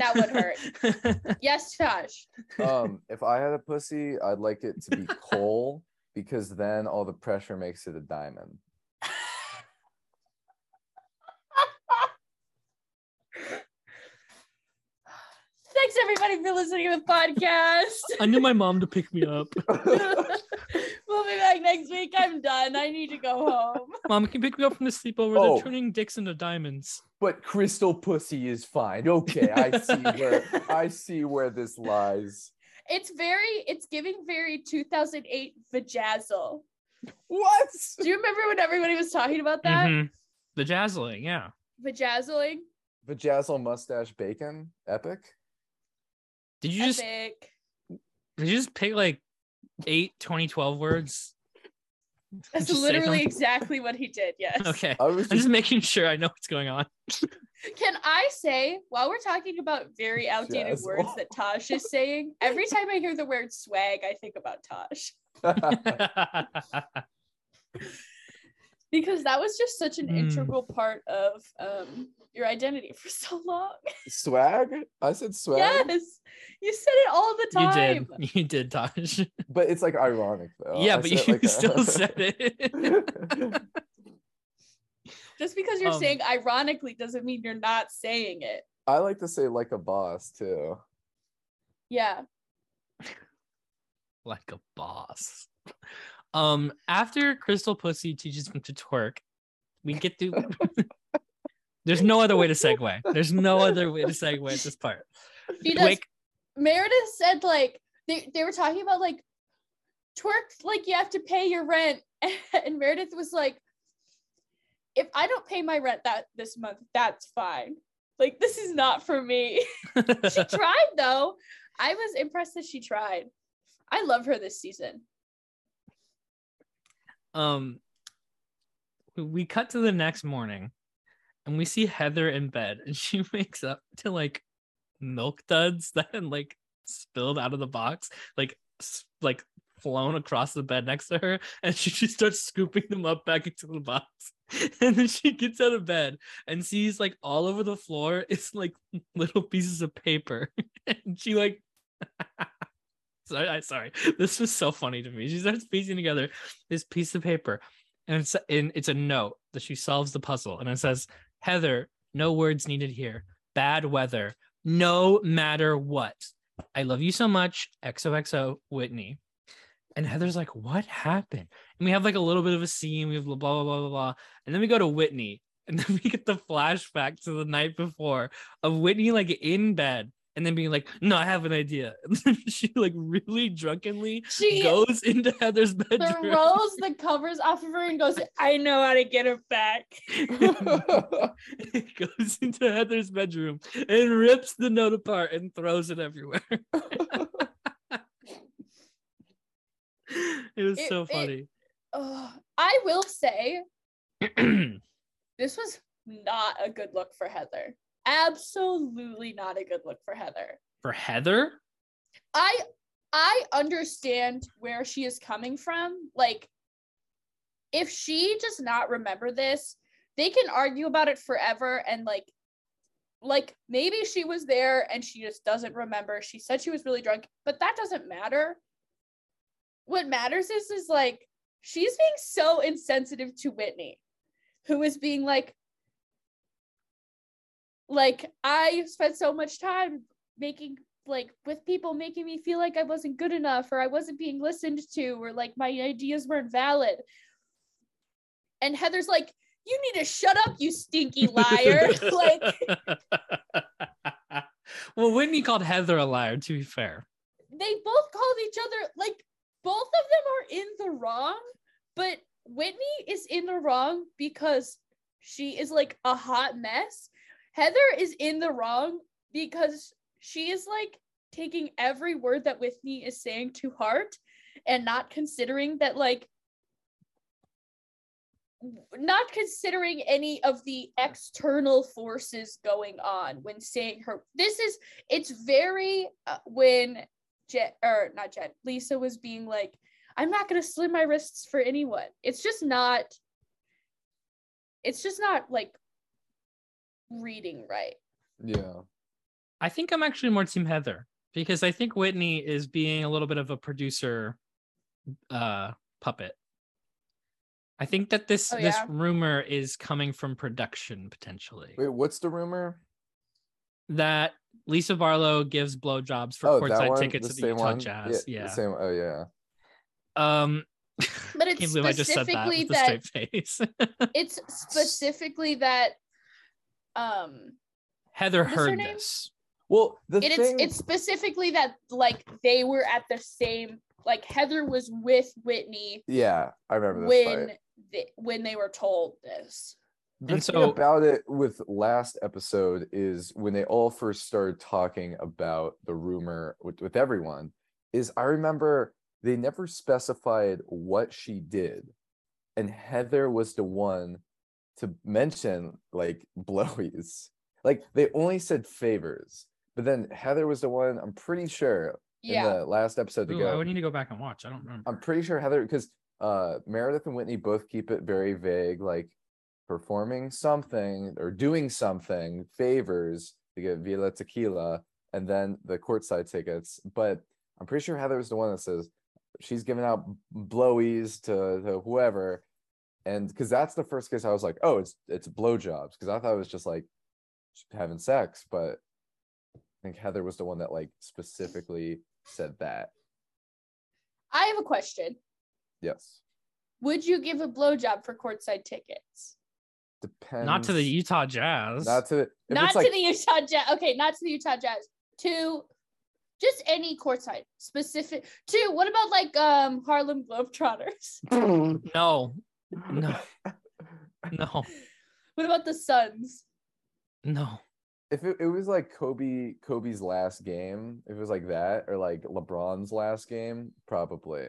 S2: that
S4: would yes Taj.
S3: um if I had a pussy, I'd like it
S2: [laughs]
S3: to be coal because then all the pressure makes it a diamond.
S4: thanks everybody for listening to the podcast
S2: [laughs]
S4: [laughs]
S2: I knew my mom to pick me up.
S4: we'll be back next week i'm done i need to go home
S2: Mom can you pick me up from the sleepover.
S3: Oh.
S2: They're turning dicks into diamonds.
S3: [laughs] but crystal pussy is fine. Okay, I
S2: [laughs]
S3: see where I see where this lies.
S4: it's very it's giving very 2008 vajazzle
S3: What?
S4: Do you remember when everybody was talking about that?
S2: Mhm. The jazzling, yeah.
S4: Vajazzling.
S3: Vajazzle mustache bacon? Epic?
S2: Did you just [laughs]
S4: epic.
S2: did you just pick like eight 2012 words?
S4: That's
S2: just say
S4: literally
S2: something?
S4: exactly what he did. Yes.
S2: Okay. [laughs]
S3: I was
S2: I'm
S3: just [laughs]
S2: just making sure I know what's going on.
S4: Can I say, while we're talking about very outdated
S3: Vajazzle.
S4: words that Tosh is saying, every time I hear the word swag, I think about Tosh [laughs] because that was just such an
S2: Hmm.
S4: integral part of um, your identity for so long. [laughs]
S3: swag? I said swag,
S4: Yes, you said it all the
S2: [laughs] you
S4: time.
S2: did. You did, Tosh.
S3: but it's like ironic though.
S2: yeah,
S3: Oh, I
S2: but
S3: said
S2: you
S3: like
S2: [laughs]
S3: a-
S2: still said
S3: [laughs]
S2: it. [laughs]
S4: Just because you're
S2: Um,
S4: saying ironically doesn't mean you're not saying it.
S3: I like to say like a boss too.
S4: Yeah.
S2: [laughs] like a boss. Um, after Crystal Pussy teaches him to twerk, we get to. There's no other way to segue. There's no other way to segue at this part.
S4: She does
S2: Wake,
S4: Meredith said like they, they were talking about like twerk like you have to pay your rent [laughs] and Meredith was like if I don't pay my rent that this month that's fine like this is not for me
S2: [laughs]
S4: she tried though I was impressed that she tried I love her this season
S2: um, we cut to the next morning, and we see Heather in bed, and she [laughs] wakes up to like milk duds [laughs] that had like spilled out of the box, like s- like flown across the bed next to her, and [laughs] she just starts scooping them up back into the box. [laughs] And then she gets out of bed and sees like all over the [laughs] floor is like little pieces of paper, and she like So I, [laughs] sorry, this was so funny to me. She starts piecing together this piece of paper, and it's and it's a note that she solves the puzzle, and it says, "Heather, no words needed here. Bad weather, no matter what. I love you so much. XOXO, Whitney." And Heather's like, "What happened?" And we have like a little bit of a scene. We have blah blah blah blah blah, and then we go to Whitney, [laughs] and then we get the flashback to the night before of Whitney like in bed and then being like, "No, I have an idea." [laughs] she like really drunkenly [laughs]
S4: She
S2: goes into Heather's bedroom.
S4: [laughs] throws the covers off of her and goes, I know how to get her back.
S2: [laughs] goes into Heather's bedroom and rips the note apart and throws it everywhere. [laughs] it was
S4: It-
S2: so
S4: it-
S2: funny.
S4: Ugh. I will say, this was not a good look for Heather. Absolutely not a good look for Heather.
S2: [clears throat] For Heather,
S4: I I understand where she is coming from. Like if she does not remember this, they can argue about it forever and like like maybe she was there and she just doesn't remember. She said she was really drunk, but that doesn't matter. What matters is is like she's being so insensitive to Whitney, who is being like like I spent so much time making like with people making me feel like I wasn't good enough or I wasn't being listened to or like my ideas weren't valid. And Heather's like, you need to shut up, you stinky [laughs] liar. [laughs] like
S2: [laughs] well, Whitney called Heather a liar. To be fair,
S4: they both called each other like both of them are in the wrong, but Whitney is in the wrong because she is like a hot mess. Heather is in the wrong because she is like taking every word that Whitney is saying to heart and not considering that like w- not considering any of the external forces going on when saying her this is it's very uh, when Jen or not Jen, Lisa was being like, I'm not gonna slim my wrists for anyone. It's just not it's just not like reading right.
S3: [laughs] yeah.
S2: I think I'm actually more Team Heather because I think Whitney is being a little bit of a producer uh, puppet. I think that this
S4: Oh,
S2: this
S4: yeah?
S2: rumor is coming from production potentially
S3: Wait, what's the rumor?
S2: that Lisa Barlow gives blowjobs for
S3: oh, that
S2: courtside
S3: one.
S2: tickets
S3: the
S2: to the
S3: same
S2: Utah
S3: one.
S2: Jazz.
S3: the
S2: Yeah.
S3: Same. Oh yeah.
S4: [laughs]
S2: Um,
S4: But
S2: I can't
S4: it's
S2: believe I just said that
S4: specifically
S2: with
S4: that
S2: a straight face. [laughs]
S4: it's specifically that um
S2: Heather
S4: What's her
S2: heard
S4: name?
S2: this.
S3: Well, the
S4: it is
S3: thing.
S4: it's specifically that like they were at the same like Heather was with Whitney
S3: yeah, I remember this
S4: when
S3: fight.
S4: they, when they were told this.
S3: The
S2: And
S3: thing
S2: so-
S3: about it with last episode is when they all first started talking about the rumor with, with everyone, is I remember they never specified what she did. And Heather was the one to mention like [laughs] blowies. Like they only said favors, but then Heather was the one, I'm pretty sure,
S4: Yeah.
S3: in the last episode to
S2: Ooh,
S3: go.
S2: I would need to go back and watch. I don't remember.
S3: I'm pretty sure Heather because uh, Meredith and Whitney both keep it very vague, like performing something or doing something favors to get Vila Tequila and then the courtside tickets. But I'm pretty sure Heather was the one that says she's giving out blowies to, to whoever, and because that's the first case I was like, oh, it's it's blowjobs because I thought it was just like having sex, but I think Heather was the one that like specifically said that.
S4: I have a question.
S3: Yes.
S4: Would you give a blowjob for courtside tickets?
S3: depends.
S2: Not to the Utah Jazz.
S3: Not to the. If
S4: not
S3: it's like,
S4: to the E Utah Jazz. Okay, not to the Utah Jazz. To just any courtside specific. To what about like um Harlem Globetrotters? [laughs]
S3: [laughs]
S2: no, no, no,
S4: what about the Suns?
S2: no.
S3: If it, it was like Kobe, Kobe's last game, if it was like that, or like LeBron's last game, probably.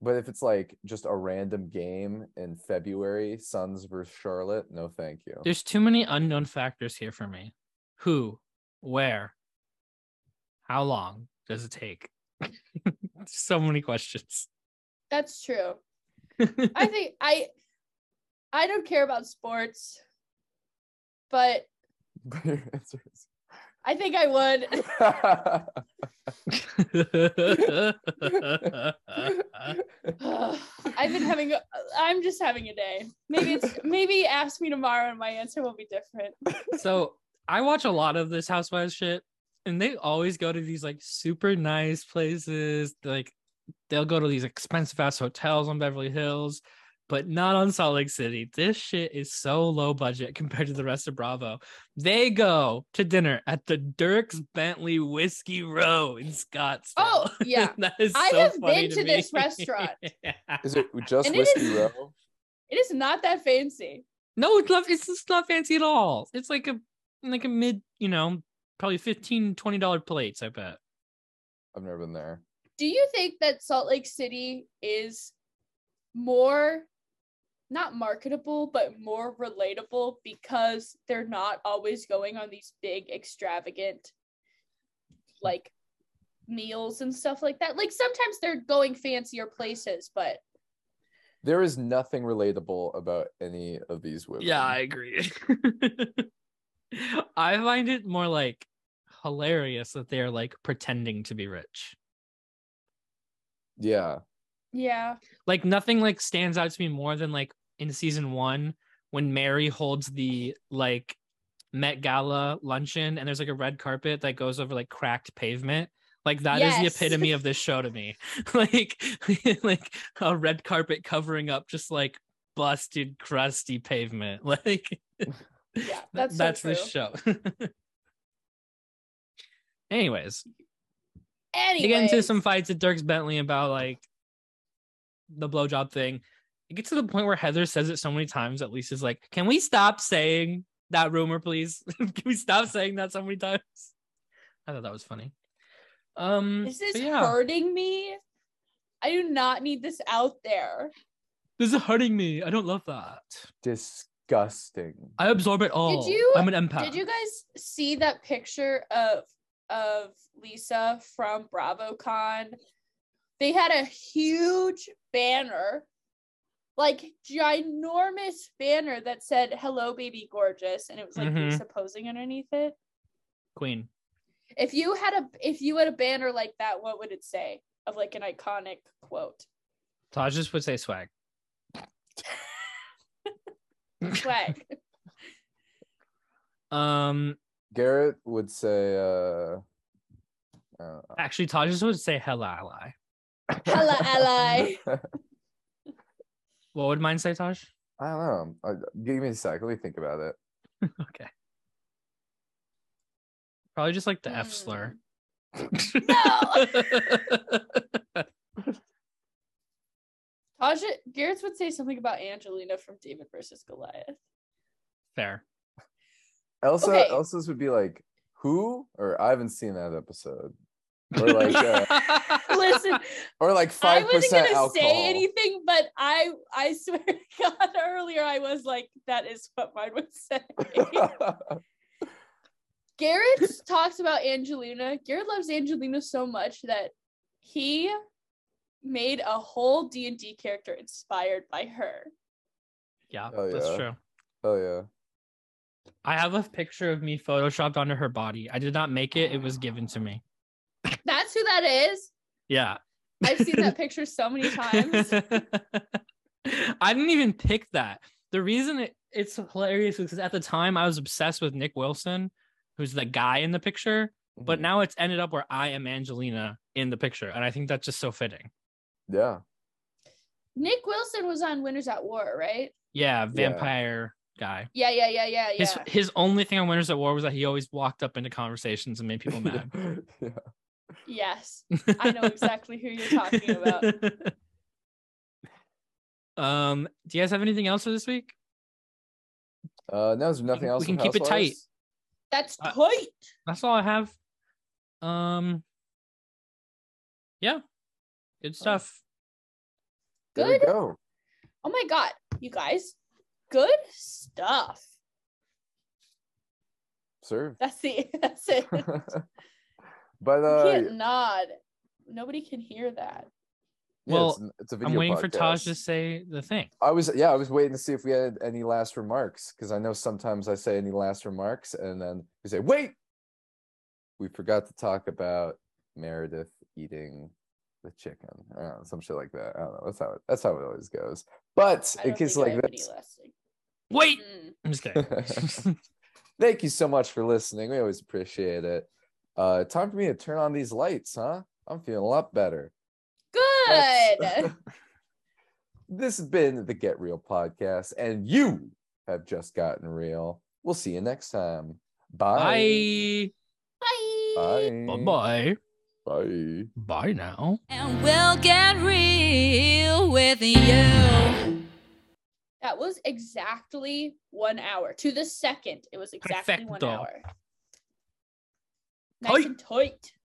S3: But if it's like just a random game in February, Suns versus Charlotte, no, thank you. [laughs]
S2: There's too many unknown factors here for me. Who, where, how long does it take? [laughs] so many questions.
S4: That's true.
S2: [laughs]
S4: I [laughs] think I I don't care about sports, but
S3: But your answer is- [laughs]
S4: I think I would. [sighs] I've been having. A, I'm just having a day. Maybe it's maybe ask me tomorrow and my answer will be different.
S2: so I watch a lot of this Housewives shit, and they always go to these like super nice places. Like they'll go to these expensive ass hotels on Beverly Hills, but not on Salt Lake City. This shit is so low budget compared to the rest of Bravo. They go to dinner at the Dirks Bentley Whiskey Row in Scottsdale.
S4: Oh yeah,
S2: [laughs] that is
S4: I
S2: so
S4: have
S2: funny
S4: been to
S2: me.
S4: this restaurant.
S2: [laughs] Yeah.
S3: Is it just
S4: And it
S3: whiskey
S4: is-
S3: row?
S4: it is not that fancy.
S2: No, it's not. It's just not fancy at all. It's like a like a mid, you know, probably 15 20 dollar plates. I bet.
S3: I've never been there.
S4: Do you think that Salt Lake City is more not marketable but more relatable because they're not always going on these big extravagant like meals and stuff like that? Like sometimes they're going fancier places, but
S3: There is nothing relatable about any of these women.
S2: Yeah, I agree. [laughs] I find it more like hilarious that they're like pretending to be rich.
S3: yeah.
S4: yeah.
S2: Like nothing like stands out to me more than like in season 1 when Mary holds the like Met Gala luncheon and there's like a red carpet that goes over like cracked pavement. Like that is
S4: Yes.
S2: the epitome of this show to me. [laughs] like like a red carpet covering up just like busted crusty pavement. [laughs] Like
S4: Yeah,
S2: Th-
S4: that's so
S2: that's the
S4: true.
S2: show. [laughs] Anyways,
S4: Anyway,
S2: they get into some fights at Dirk's Bentley about like the blowjob thing. It gets to the point where Heather says it so many times that Lisa's like, "Can we stop saying that rumor, please? [laughs] Can we stop saying that so many times?" I thought that was funny. Um,
S4: This is
S2: but yeah,
S4: hurting me. I do not need this out there.
S2: this is hurting me. I don't love that.
S3: Disgusting.
S2: I absorb it all.
S4: you-
S2: I'm an empath.
S4: Did you guys see that picture of of Lisa from BravoCon? They had a huge banner, like ginormous banner that said "Hello, baby gorgeous," and it was like
S2: Mhm.
S4: Lisa posing underneath it.
S2: Queen?
S4: If you had a if you had a banner like that, what would it say of like an iconic quote?
S2: Taj just would say swag.
S4: Swag.
S2: Um,
S3: Garrett would say uh,
S2: [laughs]
S3: uh
S2: actually, Taj just would say hella ally.
S4: Hella ally.
S2: What would mine say, Taj?
S3: [laughs] I don't know. Uh, give me a sec. Let me think about it.
S2: Okay. Probably just like the F slur.
S4: Hmm.
S2: [laughs]
S4: [laughs] Taja Garrett's would say something about Angelina from David versus Goliath.
S2: Fair.
S3: Elsa,
S4: Okay.
S3: Elsa's would be like, who? Or I haven't seen that episode. Or
S4: [laughs]
S3: like, uh,
S4: Listen,
S3: or like
S4: I
S3: five
S4: wasn't
S3: percent
S4: gonna
S3: alcohol.
S4: say anything, but I I swear to [laughs] God, earlier I was like, that is what mine [laughs] would say.
S3: [laughs]
S4: Garrett talks about Angelina. Garrett loves Angelina so much that he made a whole D and D character inspired by her.
S2: yeah,
S3: Oh,
S2: that's
S3: yeah.
S2: true.
S3: [laughs] oh yeah.
S2: I have a picture of me photoshopped onto her body. I did not make it, it was given to me.
S4: That's who that is.
S2: Yeah.
S4: I've seen [laughs] that picture so
S2: [laughs]
S4: many times.
S2: I didn't even pick that. The reason it, it's hilarious is because at the time I was obsessed with Nick Wilson, who's the guy in the picture, but
S3: Mhm.
S2: now it's ended up where I am Angelina in the picture. And I think that's just so fitting.
S3: [laughs] yeah,
S4: Nick Wilson was on Winners at War, right?
S2: Yeah, vampire guy.
S4: Yeah, yeah, yeah, yeah, yeah.
S2: His his only thing on Winners at War was that he always walked up into conversations and made
S3: [laughs]
S2: people mad.
S3: yeah.
S4: yes, I know exactly who you're talking [laughs] about.
S2: [laughs] um, do you guys have anything else for this week?
S3: Uh, no, there's nothing
S2: can-
S3: else.
S2: we can
S3: with
S2: keep it tight.
S3: Housewives?
S4: That's
S2: Uh,
S4: tight.
S2: That's all I have. Um, yeah, good stuff.
S3: There we
S4: Good.
S3: go.
S4: Oh my god, you guys, good stuff. [laughs]
S3: Served. [laughs]
S4: That's the that's it. You
S3: but uh,
S4: can't nod. Nobody can hear that.
S3: yeah,
S2: Well,
S3: it's, an- it's a video.
S2: I'm waiting for Taj
S3: podcast.
S2: to say the thing.
S3: I was yeah, I was waiting to see if we had any last remarks because I know sometimes I say any last remarks and then we say wait, we forgot to talk about Meredith eating the chicken, I don't know, some shit like that. I don't know. That's how it, that's how it always goes. But
S4: I
S3: it
S4: don't
S3: gets
S4: think I
S3: like
S4: have any
S3: this.
S4: lasting.
S2: Wait,
S4: Mm.
S2: I'm just kidding. [laughs]
S3: Thank you so much for listening. We always appreciate it. Uh, time for me to turn on these lights, huh? I'm feeling a lot better.
S4: Good. [laughs]
S3: That's- [laughs] this has been the Get Real podcast, and you have just gotten real. We'll see you next time. [laughs] Bye.
S2: Bye. Bye.
S3: Bye.
S2: Bye.
S3: Bye.
S2: Bye now.
S1: And we'll get real with you.
S4: That was exactly one hour to the second. It was exactly one
S2: Perfecto.
S4: hour. Nice
S2: Tight.
S4: and tight.